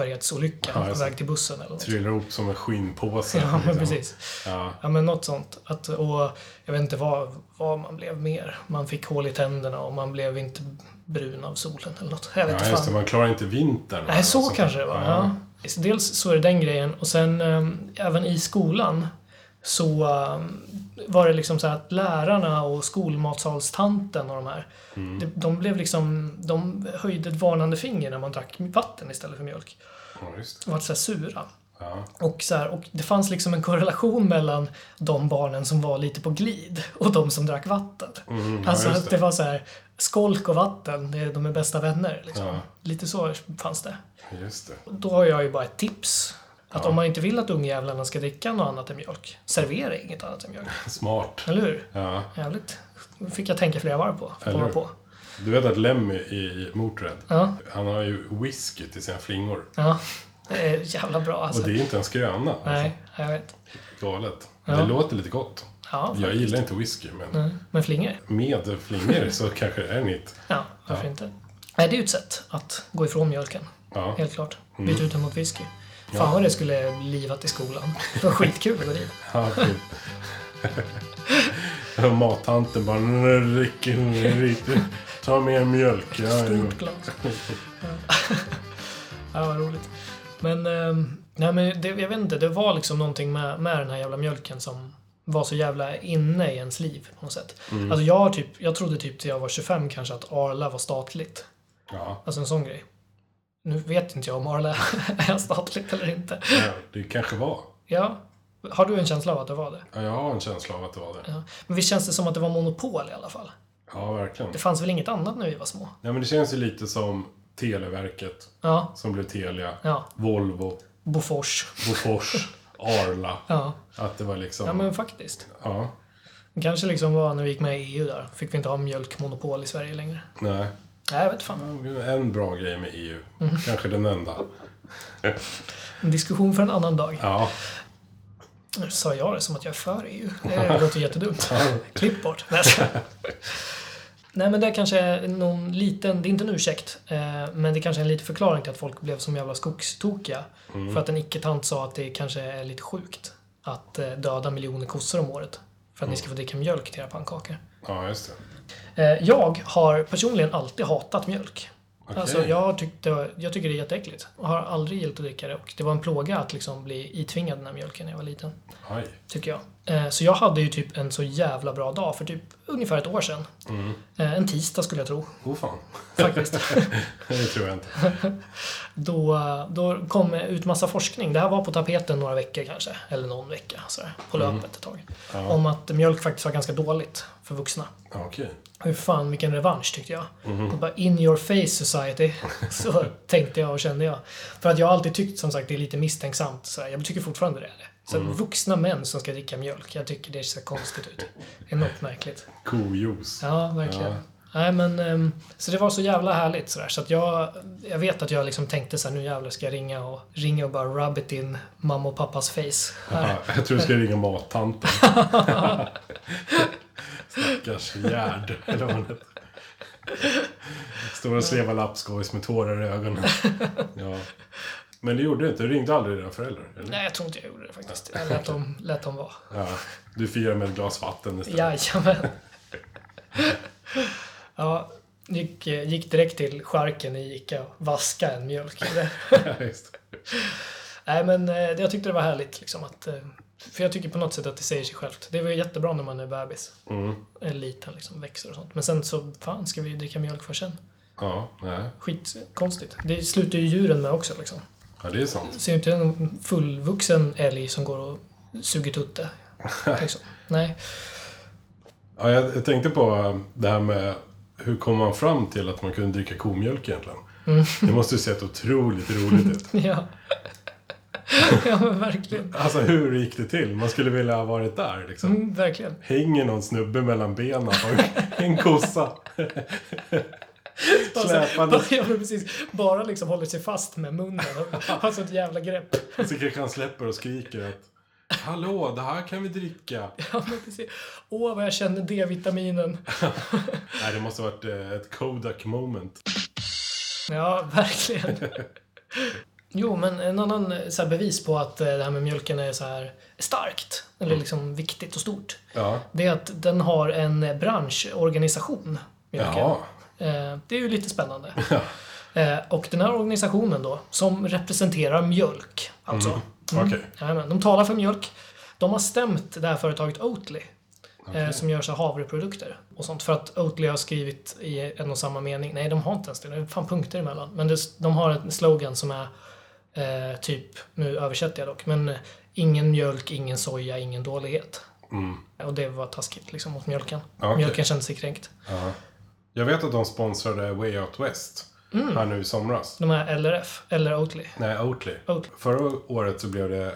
S2: benskörhetsolycka
S1: Ja,
S2: på
S1: just
S2: väg till bussen eller något.
S1: Trillar ihop som en skinnpåse.
S2: [laughs] Ja, men
S1: liksom.
S2: precis.
S1: Ja.
S2: Ja, men något sånt. Att, och jag vet inte vad, vad man blev mer. Man fick hål i tänderna och man blev inte brun av solen eller något. Jag vet
S1: Ja,
S2: inte
S1: just det.
S2: fan.
S1: Man klarar inte vintern.
S2: Nej, så
S1: Alltså,
S2: kanske det var. Ja. Så Dels så är det den grejen och sen eh, även i skolan så eh, var det liksom så här att lärarna och skolmatsalstanten och de här,
S1: Mm.
S2: de, de blev liksom, de höjde ett varnande finger när man drack vatten istället för mjölk.
S1: Ja, just det.
S2: De var så här sura.
S1: Ja.
S2: Och, så här, och det fanns liksom en korrelation mellan de barnen som var lite på glid och de som drack vatten.
S1: Mm,
S2: alltså
S1: ja,
S2: att
S1: just
S2: det.
S1: det.
S2: var så här, skolk och vatten, det är, de är bästa vänner. Liksom.
S1: Ja.
S2: Lite så fanns det.
S1: Just det. [laughs]
S2: Då har jag ju bara ett tips. Att om man inte vill att ungjävlarna ska dricka något annat än mjölk, servera inget annat än mjölk.
S1: Mm. Smart.
S2: Eller hur?
S1: Ja.
S2: Jävligt. fick jag tänka flera varv på.
S1: Eller
S2: Komma
S1: hur?
S2: på.
S1: Du vet att Lemmy i Motörhead,
S2: Ja.
S1: han har ju whisky till sina flingor.
S2: Ja. Det är jävla bra alltså.
S1: Och det är inte ens gröna. Alltså,
S2: Nej, jag vet.
S1: Galet. Det låter lite gott.
S2: Ja,
S1: Jag gillar inte whisky, men
S2: men flingor.
S1: med flingor så kanske det är nytt.
S2: Ja, varför inte? Nej, det är ju ett sätt att gå ifrån mjölken.
S1: Ja.
S2: Helt klart.
S1: Mm.
S2: Byta ut den mot whisky. Fan vad det skulle livat i skolan. Det var skitkul att gå dit.
S1: Ja, typ. [laughs] Och Mattanten bara, "Nu dricker ni lite. ta mer mjölk. Ja, jo. [laughs]
S2: Stort glas. Ja, vad roligt. Men, ehm, nej, men det, jag vet inte, det var liksom någonting med, med den här jävla mjölken som var så jävla inne i ens liv på något sätt.
S1: Mm.
S2: Alltså jag, har typ, jag trodde typ till jag var 25 kanske att Arla var statligt.
S1: ja,
S2: Alltså en sån grej. Nu vet inte jag om Arla [laughs] är statligt eller inte.
S1: ja, det kanske var.
S2: Ja. Har du en känsla av att det var det?
S1: Ja, jag har en känsla av att det var det.
S2: Ja. Men visst känns det som att det var monopol i alla fall?
S1: Ja, verkligen.
S2: Det fanns väl inget annat när vi var små?
S1: Nej, men det känns ju lite som Televerket
S2: Ja,
S1: som blev Telia,
S2: ja.
S1: Volvo,
S2: Bofors. [laughs]
S1: Bofors, Arla.
S2: Ja,
S1: Att det var liksom...
S2: ja men faktiskt.
S1: ja.
S2: E Det kanske liksom var när vi gick med i EU där. Fick vi inte ha mjölkmonopol i Sverige längre.
S1: Nej.
S2: Nej, jag vet fan.
S1: En bra grej med EU.
S2: Mhm.
S1: Kanske den enda.
S2: En diskussion för en annan dag.
S1: Ja.
S2: Nu sa jag det som att jag är för EU. Det låter jättedumt. Klipp bort. Nej, alltså. Nej men det kanske är någon liten, det är inte en ursäkt, eh, men det kanske är en liten förklaring till att folk blev som jävla skogstokiga. För att en icke-tant sa att det kanske är lite sjukt att eh, döda miljoner kossor om året. För att ni ska få dricka mjölk till era pannkakor.
S1: ja, just det.
S2: Eh, Jag har personligen alltid hatat mjölk.
S1: Okej.
S2: Alltså jag, tyckte, jag tycker det är jätteäckligt. Jag har aldrig gillat att dricka det och det var en plåga att liksom bli itvingad den här mjölken när jag var liten
S1: Aj.
S2: tycker jag. Eh, Så jag hade ju typ en så jävla bra dag för typ ungefär ett år sedan. Eh, En tisdag skulle jag tro,
S1: Oh fan. [laughs]
S2: faktiskt.
S1: Det tror jag inte.
S2: då, eh, då kom eh, ut massa forskning, det här var på tapeten några veckor kanske, eller någon vecka sådär, på löpet ett tag. Om att mjölk faktiskt var ganska dåligt för vuxna.
S1: Ja, Okej.
S2: Hur fan vilken revansch tyckte jag. Det bara in your face society. [laughs] Så tänkte jag och kände jag. För att jag har alltid tyckt som sagt det är lite misstänksamt. Så här, jag tycker fortfarande det är det. Så här, Vuxna män som ska dricka mjölk. Jag tycker det ser konstigt ut. Det är något märkligt.
S1: Kojuice.
S2: Ja, verkligen. Nej, men, ehm, så det var så jävla härligt sådär. Så att jag, jag vet att jag liksom tänkte så här, nu jävlar ska jag ringa och, ringa och bara rub it in mamma och pappas face. Här.
S1: Ja, jag tror jag ska ringa
S2: [laughs]
S1: mattanten. Stackars Gerd. Eller vad hon heter. Står och slevar lappskojs med tårar i
S2: [laughs]
S1: ögonen. Ja. Men det gjorde du inte. Du ringde aldrig dina föräldrar? Eller?
S2: Nej, jag tror inte jag gjorde det faktiskt. Jag lät dem, lät dem vara.
S1: Ja. Du firar med ett glas vatten istället?
S2: Jajamän. ja, gick, gick direkt till skärken i Ica och vaska en mjölk.
S1: Ja, [laughs] just det.
S2: Nej, men eh, jag tyckte det var härligt. Liksom, att, eh, för jag tycker på något sätt att det säger sig självt. Det var ju jättebra när man är bebis.
S1: Mm.
S2: Eller liten, liksom, växer och sånt. Men sen så, fan ska vi ju dricka mjölk för sen?
S1: Ja, nej.
S2: Skitkonstigt. Det slutar ju djuren med också. Liksom.
S1: Ja, det är sant.
S2: Ser inte en fullvuxen älg som går och suger tutte. Liksom. Nej. [laughs]
S1: Ja, jag, jag tänkte på eh, det här med hur kom man fram till att man kunde dricka komjölk egentligen? Det måste ju sett otroligt roligt ut.
S2: Ja. ja, men verkligen.
S1: Alltså hur gick det till? Man skulle vilja ha varit där liksom.
S2: Mm, verkligen.
S1: Hänger någon snubbe mellan benen på en [laughs] kossa?
S2: Bara,
S1: Släpande.
S2: [laughs] ja, men precis, bara liksom håller sig fast med munnen. och [laughs] Har sånt jävla grepp. [laughs]
S1: Så kanske han släpper och skriker att Hallå, det här kan vi dricka.
S2: Ja, men precis. Åh, vad jag känner D-vitaminen.
S1: Nej, det måste ha varit eh, ett Kodak moment.
S2: Ja, verkligen. [laughs] Jo, men en annan eh, så här, bevis på att eh, det här med mjölken är så här starkt, eller liksom viktigt och stort,
S1: Ja.
S2: det är att den har en eh, branschorganisation. mjölken.
S1: Jaha.
S2: Eh, Det är ju lite [laughs] spännande. Eh, Och den här organisationen då, som representerar mjölk, alltså.
S1: Okej.
S2: Jajamän, de talar för mjölk. De har stämt det här företaget Oatly. Eh, som gör så här havreprodukter och sånt. För att Oatly har skrivit i en och samma mening. Nej, de har inte ens det. Det är fan punkter emellan. Men det, de har en slogan som är eh, typ, nu översätter jag dock, men eh, ingen mjölk, ingen soja, ingen dålighet. Och det var taskigt liksom mot mjölken.
S1: Okej.
S2: Mjölken kände sig kränkt.
S1: Jag vet att de sponsrade Way Out West här nu i somras.
S2: De här LRF, eller Oatly.
S1: Nej, Oatly.
S2: Oatly.
S1: Förra året så blev det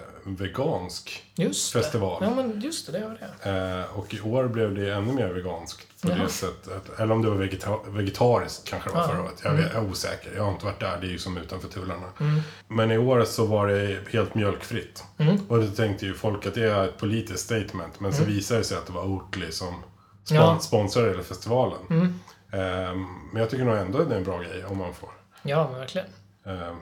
S1: vegansk.
S2: Just
S1: Festival.
S2: det. Ja, men just det, det var det.
S1: Eh, och i år blev det ännu mer veganskt. På det sättet. att- Eller om det var vegeta- vegetariskt kanske det var
S2: Ja. Mm.
S1: förra året. Jag, vet- jag är osäker. Jag har inte varit där. Det är ju som utanför tullarna. Men i år så var det helt mjölkfritt.
S2: Mm.
S1: Och det tänkte ju folk att det är ett politiskt statement. Men så visade det sig att det var Oatly som spon-
S2: Ja. Mm.
S1: sponsrade hela festivalen. Eh, men jag tycker nog ändå att det är en bra grej om man får.
S2: Ja, men verkligen.
S1: Eh,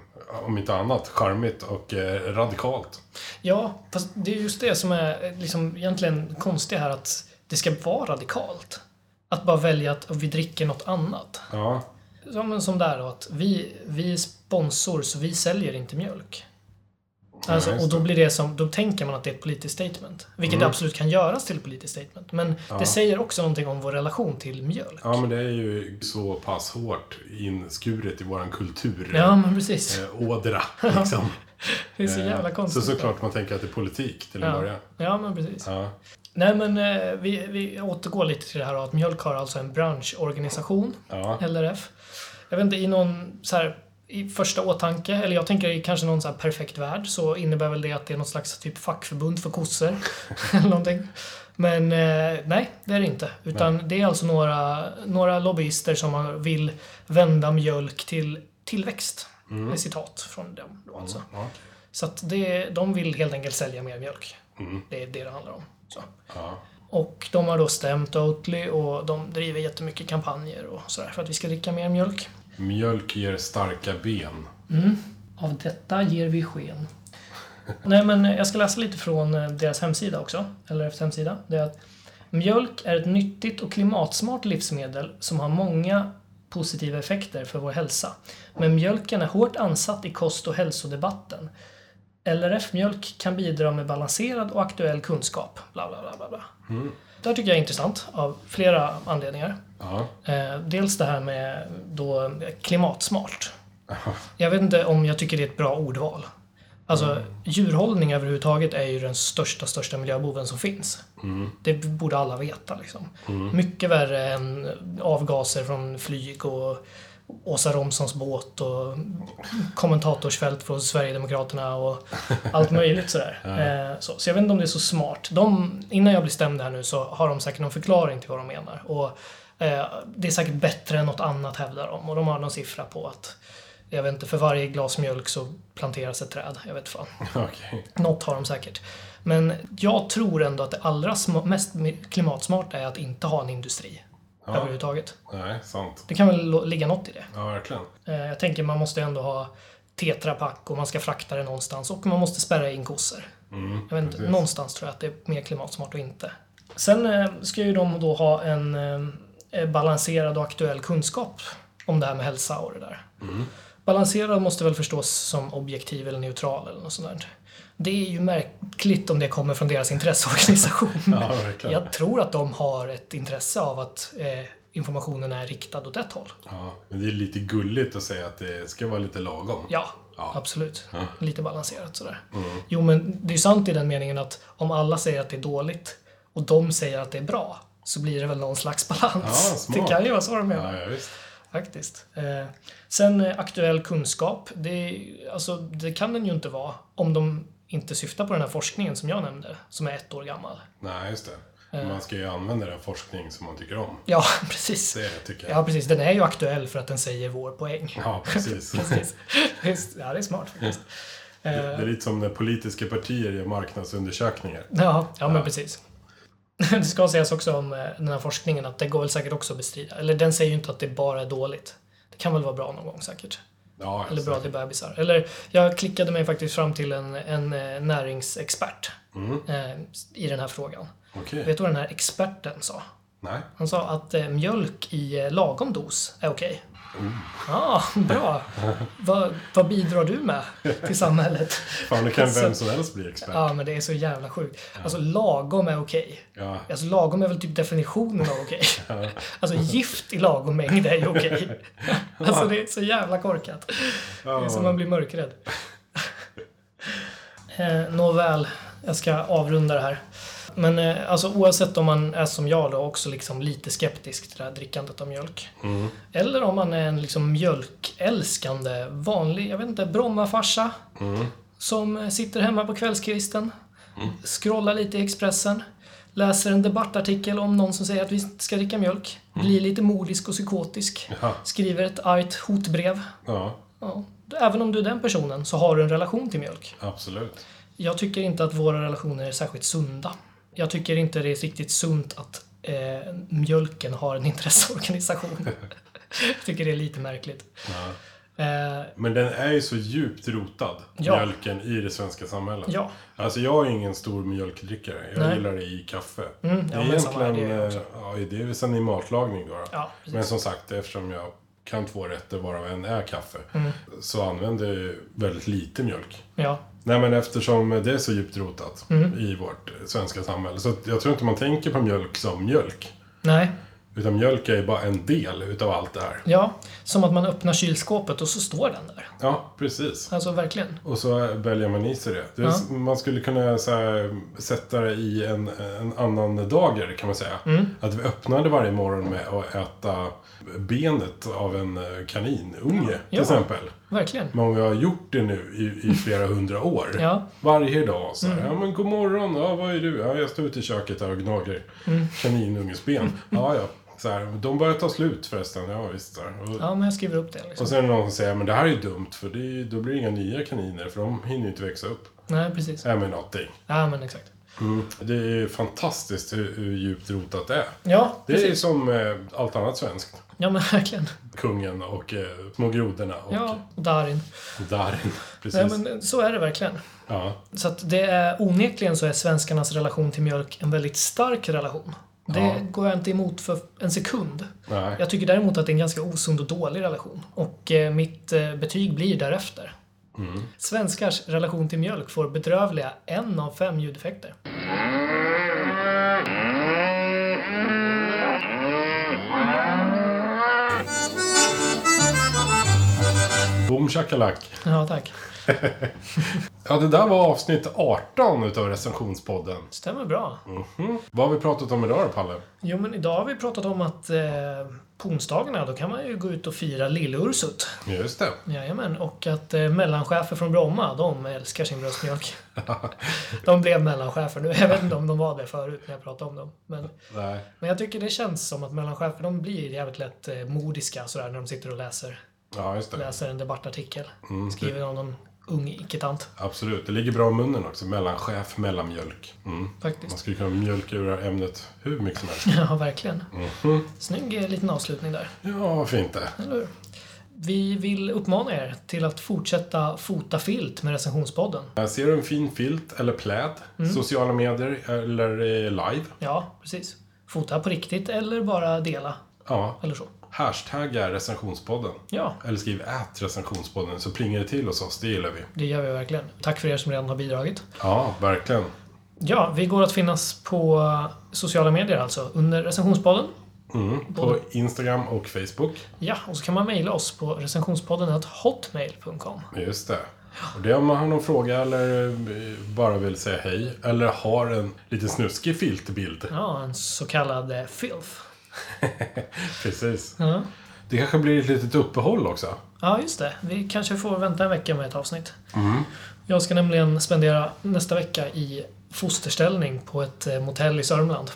S1: om inte annat, charmigt och eh, radikalt.
S2: Ja, fast det är just det som är eh, liksom egentligen konstigt här att det ska vara radikalt. Att bara välja att vi dricker något annat.
S1: Ja,
S2: Ja, men som där då, att vi, vi är sponsor så vi säljer inte mjölk. Alltså,
S1: just
S2: och då
S1: det. Mm.
S2: blir det som, då tänker man att det är ett politiskt statement. Vilket det absolut kan göras till ett politiskt statement. Men det säger också någonting om vår relation till mjölk.
S1: Ja, men det är ju så pass hårt inskuret i våran kultur.
S2: Ja, men precis.
S1: Eh,
S2: [laughs]
S1: ådra, liksom.
S2: Det är så jävla
S1: Eh,
S2: konstigt.
S1: Så såklart man tänker att det är politik till en
S2: Ja.
S1: början.
S2: ja, men precis.
S1: Ja.
S2: Nej men eh, vi, vi återgår lite till det här att mjölk har alltså en branschorganisation,
S1: Ja.
S2: LRF. Jag vet inte, i någon så här i första åtanke, eller jag tänker i kanske någon så här perfekt värld, så innebär väl det att det är något slags typ fackförbund för kossor. [laughs] eller någonting. Men eh, nej, det är det inte. Utan det är alltså några, några lobbyister som har- vill vända mjölk till tillväxt. Mm. Citat från dem då alltså.
S1: Ja.
S2: Så att det, de vill helt enkelt sälja mer mjölk. Det är det det handlar om. Så.
S1: Ja.
S2: Och de har då stämt Oatly och de driver jättemycket kampanjer och sådär för att vi ska dricka mer mjölk.
S1: Mjölk ger starka ben.
S2: Av detta ger vi sken. Nej, men jag ska läsa lite från eh, deras hemsida också. LRFs hemsida. Det är att mjölk är ett nyttigt och klimatsmart livsmedel som har många positiva effekter för vår hälsa. Men mjölken är hårt ansatt i kost och hälsodebatten. LRF Mjölk kan bidra med balanserad och aktuell kunskap. Bla, bla, bla, bla, bla. Det här tycker jag är intressant av flera anledningar.
S1: Ja. [laughs]
S2: Eh, dels det här med då klimatsmart. Jag vet inte om jag tycker det är ett bra ordval. Alltså, djurhållning överhuvudtaget är ju den största, största miljöboven som finns. Det borde alla veta. Liksom. Mycket värre än avgaser från flyg och Åsa Romsons båt och kommentatorsfält från Sverigedemokraterna och allt möjligt sådär. Eh, Så, så jag vet inte om det är så smart. De, innan jag blir stämd här nu så har de säkert någon förklaring till vad de menar. Och eh, det är säkert bättre än något annat hävdar de. Och de har någon siffra på att jag vet inte, för varje glas mjölk så planteras ett träd. Jag vet fan.
S1: Okej.
S2: Något har de säkert. Men jag tror ändå att det allra sma- mest mi- klimatsmarta är att inte ha en industri. Överhuvudtaget.
S1: Nej, sant.
S2: Det kan väl lo- ligga något i det.
S1: Ja, verkligen.
S2: Eh, Jag tänker man måste ändå ha tetrapack och man ska frakta det någonstans och man måste spärra in kossor. jag vet inte,
S1: Mm, precis.
S2: någonstans tror jag att det är mer klimatsmart och inte. Sen eh, ska ju de då ha en eh, balanserad och aktuell kunskap om det här med hälsa och det där.
S1: Mm.
S2: Balanserad måste väl förstås som objektiv eller neutral eller något sånt där. Det är ju märkligt om det kommer från deras [laughs] intresseorganisation.
S1: [laughs] Ja, verkligen.
S2: Jag tror att de har ett intresse av att eh, informationen är riktad åt ett håll.
S1: Ja. Men det är lite gulligt att säga att det ska vara lite lagom.
S2: Ja,
S1: Ja. Mm.
S2: absolut. Lite balanserat sådär. Jo, men det är ju sant i den meningen att om alla säger att det är dåligt och de säger att det är bra så blir det väl någon slags [laughs]
S1: Ja,
S2: balans. det
S1: smart.
S2: kan ju vara så de menar.
S1: Ja, ja visst.
S2: Faktiskt. Eh, sen eh, aktuell kunskap. Det, alltså, det kan den ju inte vara om de inte syftar på den här forskningen som jag nämnde, som är ett år gammal.
S1: Nej, just
S2: Eh.
S1: det. Man ska ju använda den forskning som man tycker om.
S2: Ja, [laughs] precis.
S1: Det tycker jag.
S2: Ja, precis. Den är ju aktuell för att den säger vår poäng.
S1: Ja, precis.
S2: [laughs] Precis. Just- ja, det är smart faktiskt.
S1: Det är lite som när politiska partier gör marknadsundersökningar.
S2: Ja, ja men precis. [laughs] Det ska sägas också om eh, den här forskningen att det går väl säkert också att bestrida. Eller den säger ju inte att det bara är dåligt. Det kan väl vara bra någon gång säkert.
S1: Ja,
S2: Eller bra
S1: exakt.
S2: till bebisar. Eller jag klickade mig faktiskt fram till en, en eh, näringsexpert eh, i den här frågan.
S1: Okej.
S2: Vet du vad den här experten sa?
S1: Nej.
S2: Han sa att eh, mjölk i eh, lagom dos är okej. Ja, [laughs] bra. Vad- vad bidrar du med till samhället?
S1: Fan, nu kan
S2: Alltså-
S1: vem som helst bli expert.
S2: Ja, men det är så jävla sjukt. Alltså lagom är okej.
S1: Ja.
S2: Alltså lagom är väl typ definitionen av okej. [laughs] Alltså gift i lagom mängd är ju okej. Alltså det är så jävla korkat. Det är som man blir mörkrädd. Eh, nåväl, jag ska avrunda det här. Men eh, alltså oavsett om man är som jag då också liksom lite skeptisk till det här drickandet av mjölk. Eller om man är en liksom mjölkälskande vanlig, jag vet inte, Brommafarsa. Som eh, sitter hemma på kvällskvisten scrollar lite i Expressen, läser en debattartikel om någon som säger att vi ska dricka mjölk, blir lite modisk och psykotisk,
S1: Ja.
S2: skriver ett argt hotbrev.
S1: ja,
S2: Ja. Även om du är den personen så har du en relation till mjölk.
S1: absolut.
S2: Jag tycker inte att våra relationer är särskilt sunda. Jag tycker inte det är riktigt sunt att eh, mjölken har en [laughs] intresseorganisation. Jag tycker det är lite märkligt. Eh,
S1: Men den är ju så djupt rotad,
S2: Ja.
S1: mjölken, i det svenska samhället.
S2: Ja.
S1: Alltså jag är ingen stor mjölkdrickare. Jag
S2: Nej. Mm,
S1: gillar det i kaffe. det
S2: ja,
S1: är
S2: men samma här,
S1: egentligen,
S2: det är jag
S1: eh, ja, det är väl sen i matlagning då. då.
S2: Ja, precis.
S1: men som sagt, eftersom jag kan två rätter varav en är kaffe,
S2: Mm.
S1: så använder jag ju väldigt lite mjölk.
S2: ja,
S1: Nej men eftersom det är så djupt rotat
S2: Mm.
S1: i vårt eh, svenska samhälle. Så att jag tror inte man tänker på mjölk som mjölk.
S2: nej.
S1: Utan mjölk är ju bara en del utav allt det här.
S2: Ja, som att man öppnar kylskåpet och så står den där.
S1: Ja, precis.
S2: Alltså verkligen.
S1: Och så väljer man i sig det. det är, s- Man skulle kunna så här, sätta det i en, en annan dager kan man säga.
S2: Mm.
S1: Att vi öppnade varje morgon med att äta benet av en eh, kaninunge
S2: Ja.
S1: till exempel.
S2: Verkligen.
S1: Men vi har gjort det nu i, i
S2: [laughs]
S1: flera hundra år.
S2: Ja. Mm.
S1: Varje dag så här, ja men god morgon, ja vad är du? Ja, jag står ute i köket här och gnager
S2: Mm.
S1: kaninungens
S2: [laughs]
S1: ben. Ja, ja. Så här, de börjar ta slut förresten, ja visst. Så här. Och,
S2: Ja, men jag skriver upp det. Liksom.
S1: och sen är det någon som säger, men det här är ju dumt för det är, ju- då blir det inga nya kaniner för de hinner ju inte växa upp.
S2: Nej, precis.
S1: Ja men någonting.
S2: Ja, men exakt.
S1: Det är ju fantastiskt hur, hur djupt rotat det är.
S2: Ja,
S1: Det är ju
S2: precis.
S1: som eh, allt annat svenskt.
S2: Ja, men verkligen. Kungen.
S1: Kungen och eh, små grodorna och
S2: Ja, och Darin.
S1: Darin. [laughs] Precis.
S2: Nej, men så är det verkligen.
S1: Ja.
S2: Så att det är onekligen så är svenskarnas relation till mjölk en väldigt stark relation. Det
S1: Ja.
S2: går jag inte emot för en sekund.
S1: Nej.
S2: Jag tycker däremot att det är en ganska osund och dålig relation. Och eh, mitt eh, betyg blir därefter. Svenskars relation till mjölk får bedrövliga en av fem ljudeffekter.
S1: Boom shakalak.
S2: Ja, tack.
S1: Ja, det där var avsnitt 18 utav recensionspodden.
S2: Stämmer bra.
S1: Vad har vi pratat om idag då, Palle?
S2: Jo, men idag har vi pratat om att eh, på onsdagarna, då kan man ju gå ut och fira Lill-Ursut.
S1: Just det.
S2: Jajamän, och att eh, mellanchefer från Bromma, de älskar sin bröstmjölk. de blev mellanchefer nu. Jag vet inte om de var det förut när jag pratade om dem. Men,
S1: Nej.
S2: men jag tycker det känns som att mellanchefer, de blir jävligt lätt eh, modiska sådär när de sitter och läser,
S1: Ja, just det.
S2: läser en debattartikel. Skriven av någon ung icke-tant,
S1: Absolut. Det ligger bra i munnen också. Mellanchef, mellanmjölk. Mm. Man
S2: faktiskt.
S1: skulle kunna mjölka ur det här ämnet hur mycket som helst.
S2: Ja, verkligen. Snygg eh, liten avslutning där.
S1: Ja, varför inte?
S2: Eller hur? Vi vill uppmana er till att fortsätta fota filt med recensionspodden.
S1: Här Eh, Ser du en fin filt eller pläd?
S2: Mm.
S1: Sociala medier eller eh, live?
S2: Ja, precis. Fota på riktigt eller bara dela.
S1: Ja.
S2: Eller så.
S1: Hashtagga recensionspodden.
S2: Ja,
S1: Eller skriv ät recensionspodden så plingar det till hos oss. Det gillar vi.
S2: det gör vi verkligen. Tack för er som redan har bidragit.
S1: Ja, verkligen.
S2: Ja, vi går att finnas på sociala medier alltså, under recensionspodden.
S1: Mm. På Instagram och Facebook.
S2: Ja, och så kan man mejla oss på recensionspodden hotmail.com.
S1: Just det. Och det är om man har någon fråga eller eh, bara vill säga hej. Eller har en lite snuskig filtbild.
S2: Ja, en så kallad eh, filth.
S1: Precis.
S2: Ja.
S1: Det kanske blir ett litet uppehåll också.
S2: ja, just det. Vi kanske får vänta en vecka med ett avsnitt. Jag ska nämligen spendera nästa vecka i fosterställning på ett eh, motell i Sörmland.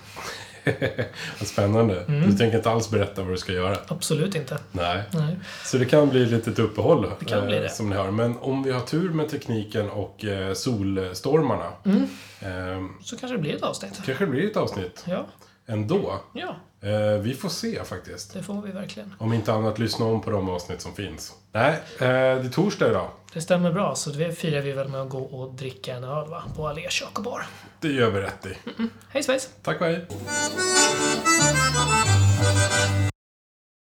S1: Spännande.
S2: Mm.
S1: Du tänker inte alls berätta vad du ska göra.
S2: Absolut inte.
S1: Nej.
S2: Nej.
S1: Så det kan bli ett litet uppehåll. Det
S2: kan bli det.
S1: Som ni hör. Men om vi har tur med tekniken och eh, solstormarna.
S2: Mm.
S1: Eh,
S2: Så kanske det blir ett avsnitt.
S1: kanske det blir ett avsnitt
S2: Ja,
S1: ändå.
S2: ja,
S1: Eh, vi får se faktiskt.
S2: det får vi verkligen.
S1: Om inte annat, lyssna om på de avsnitt som finns. Nej, eh, det är torsdag idag.
S2: Det stämmer bra, så det firar vi väl med att gå och dricka en öl va? på Allé kök och bar.
S1: Det gör vi rätt i.
S2: Hej svejs!
S1: Tack och hej.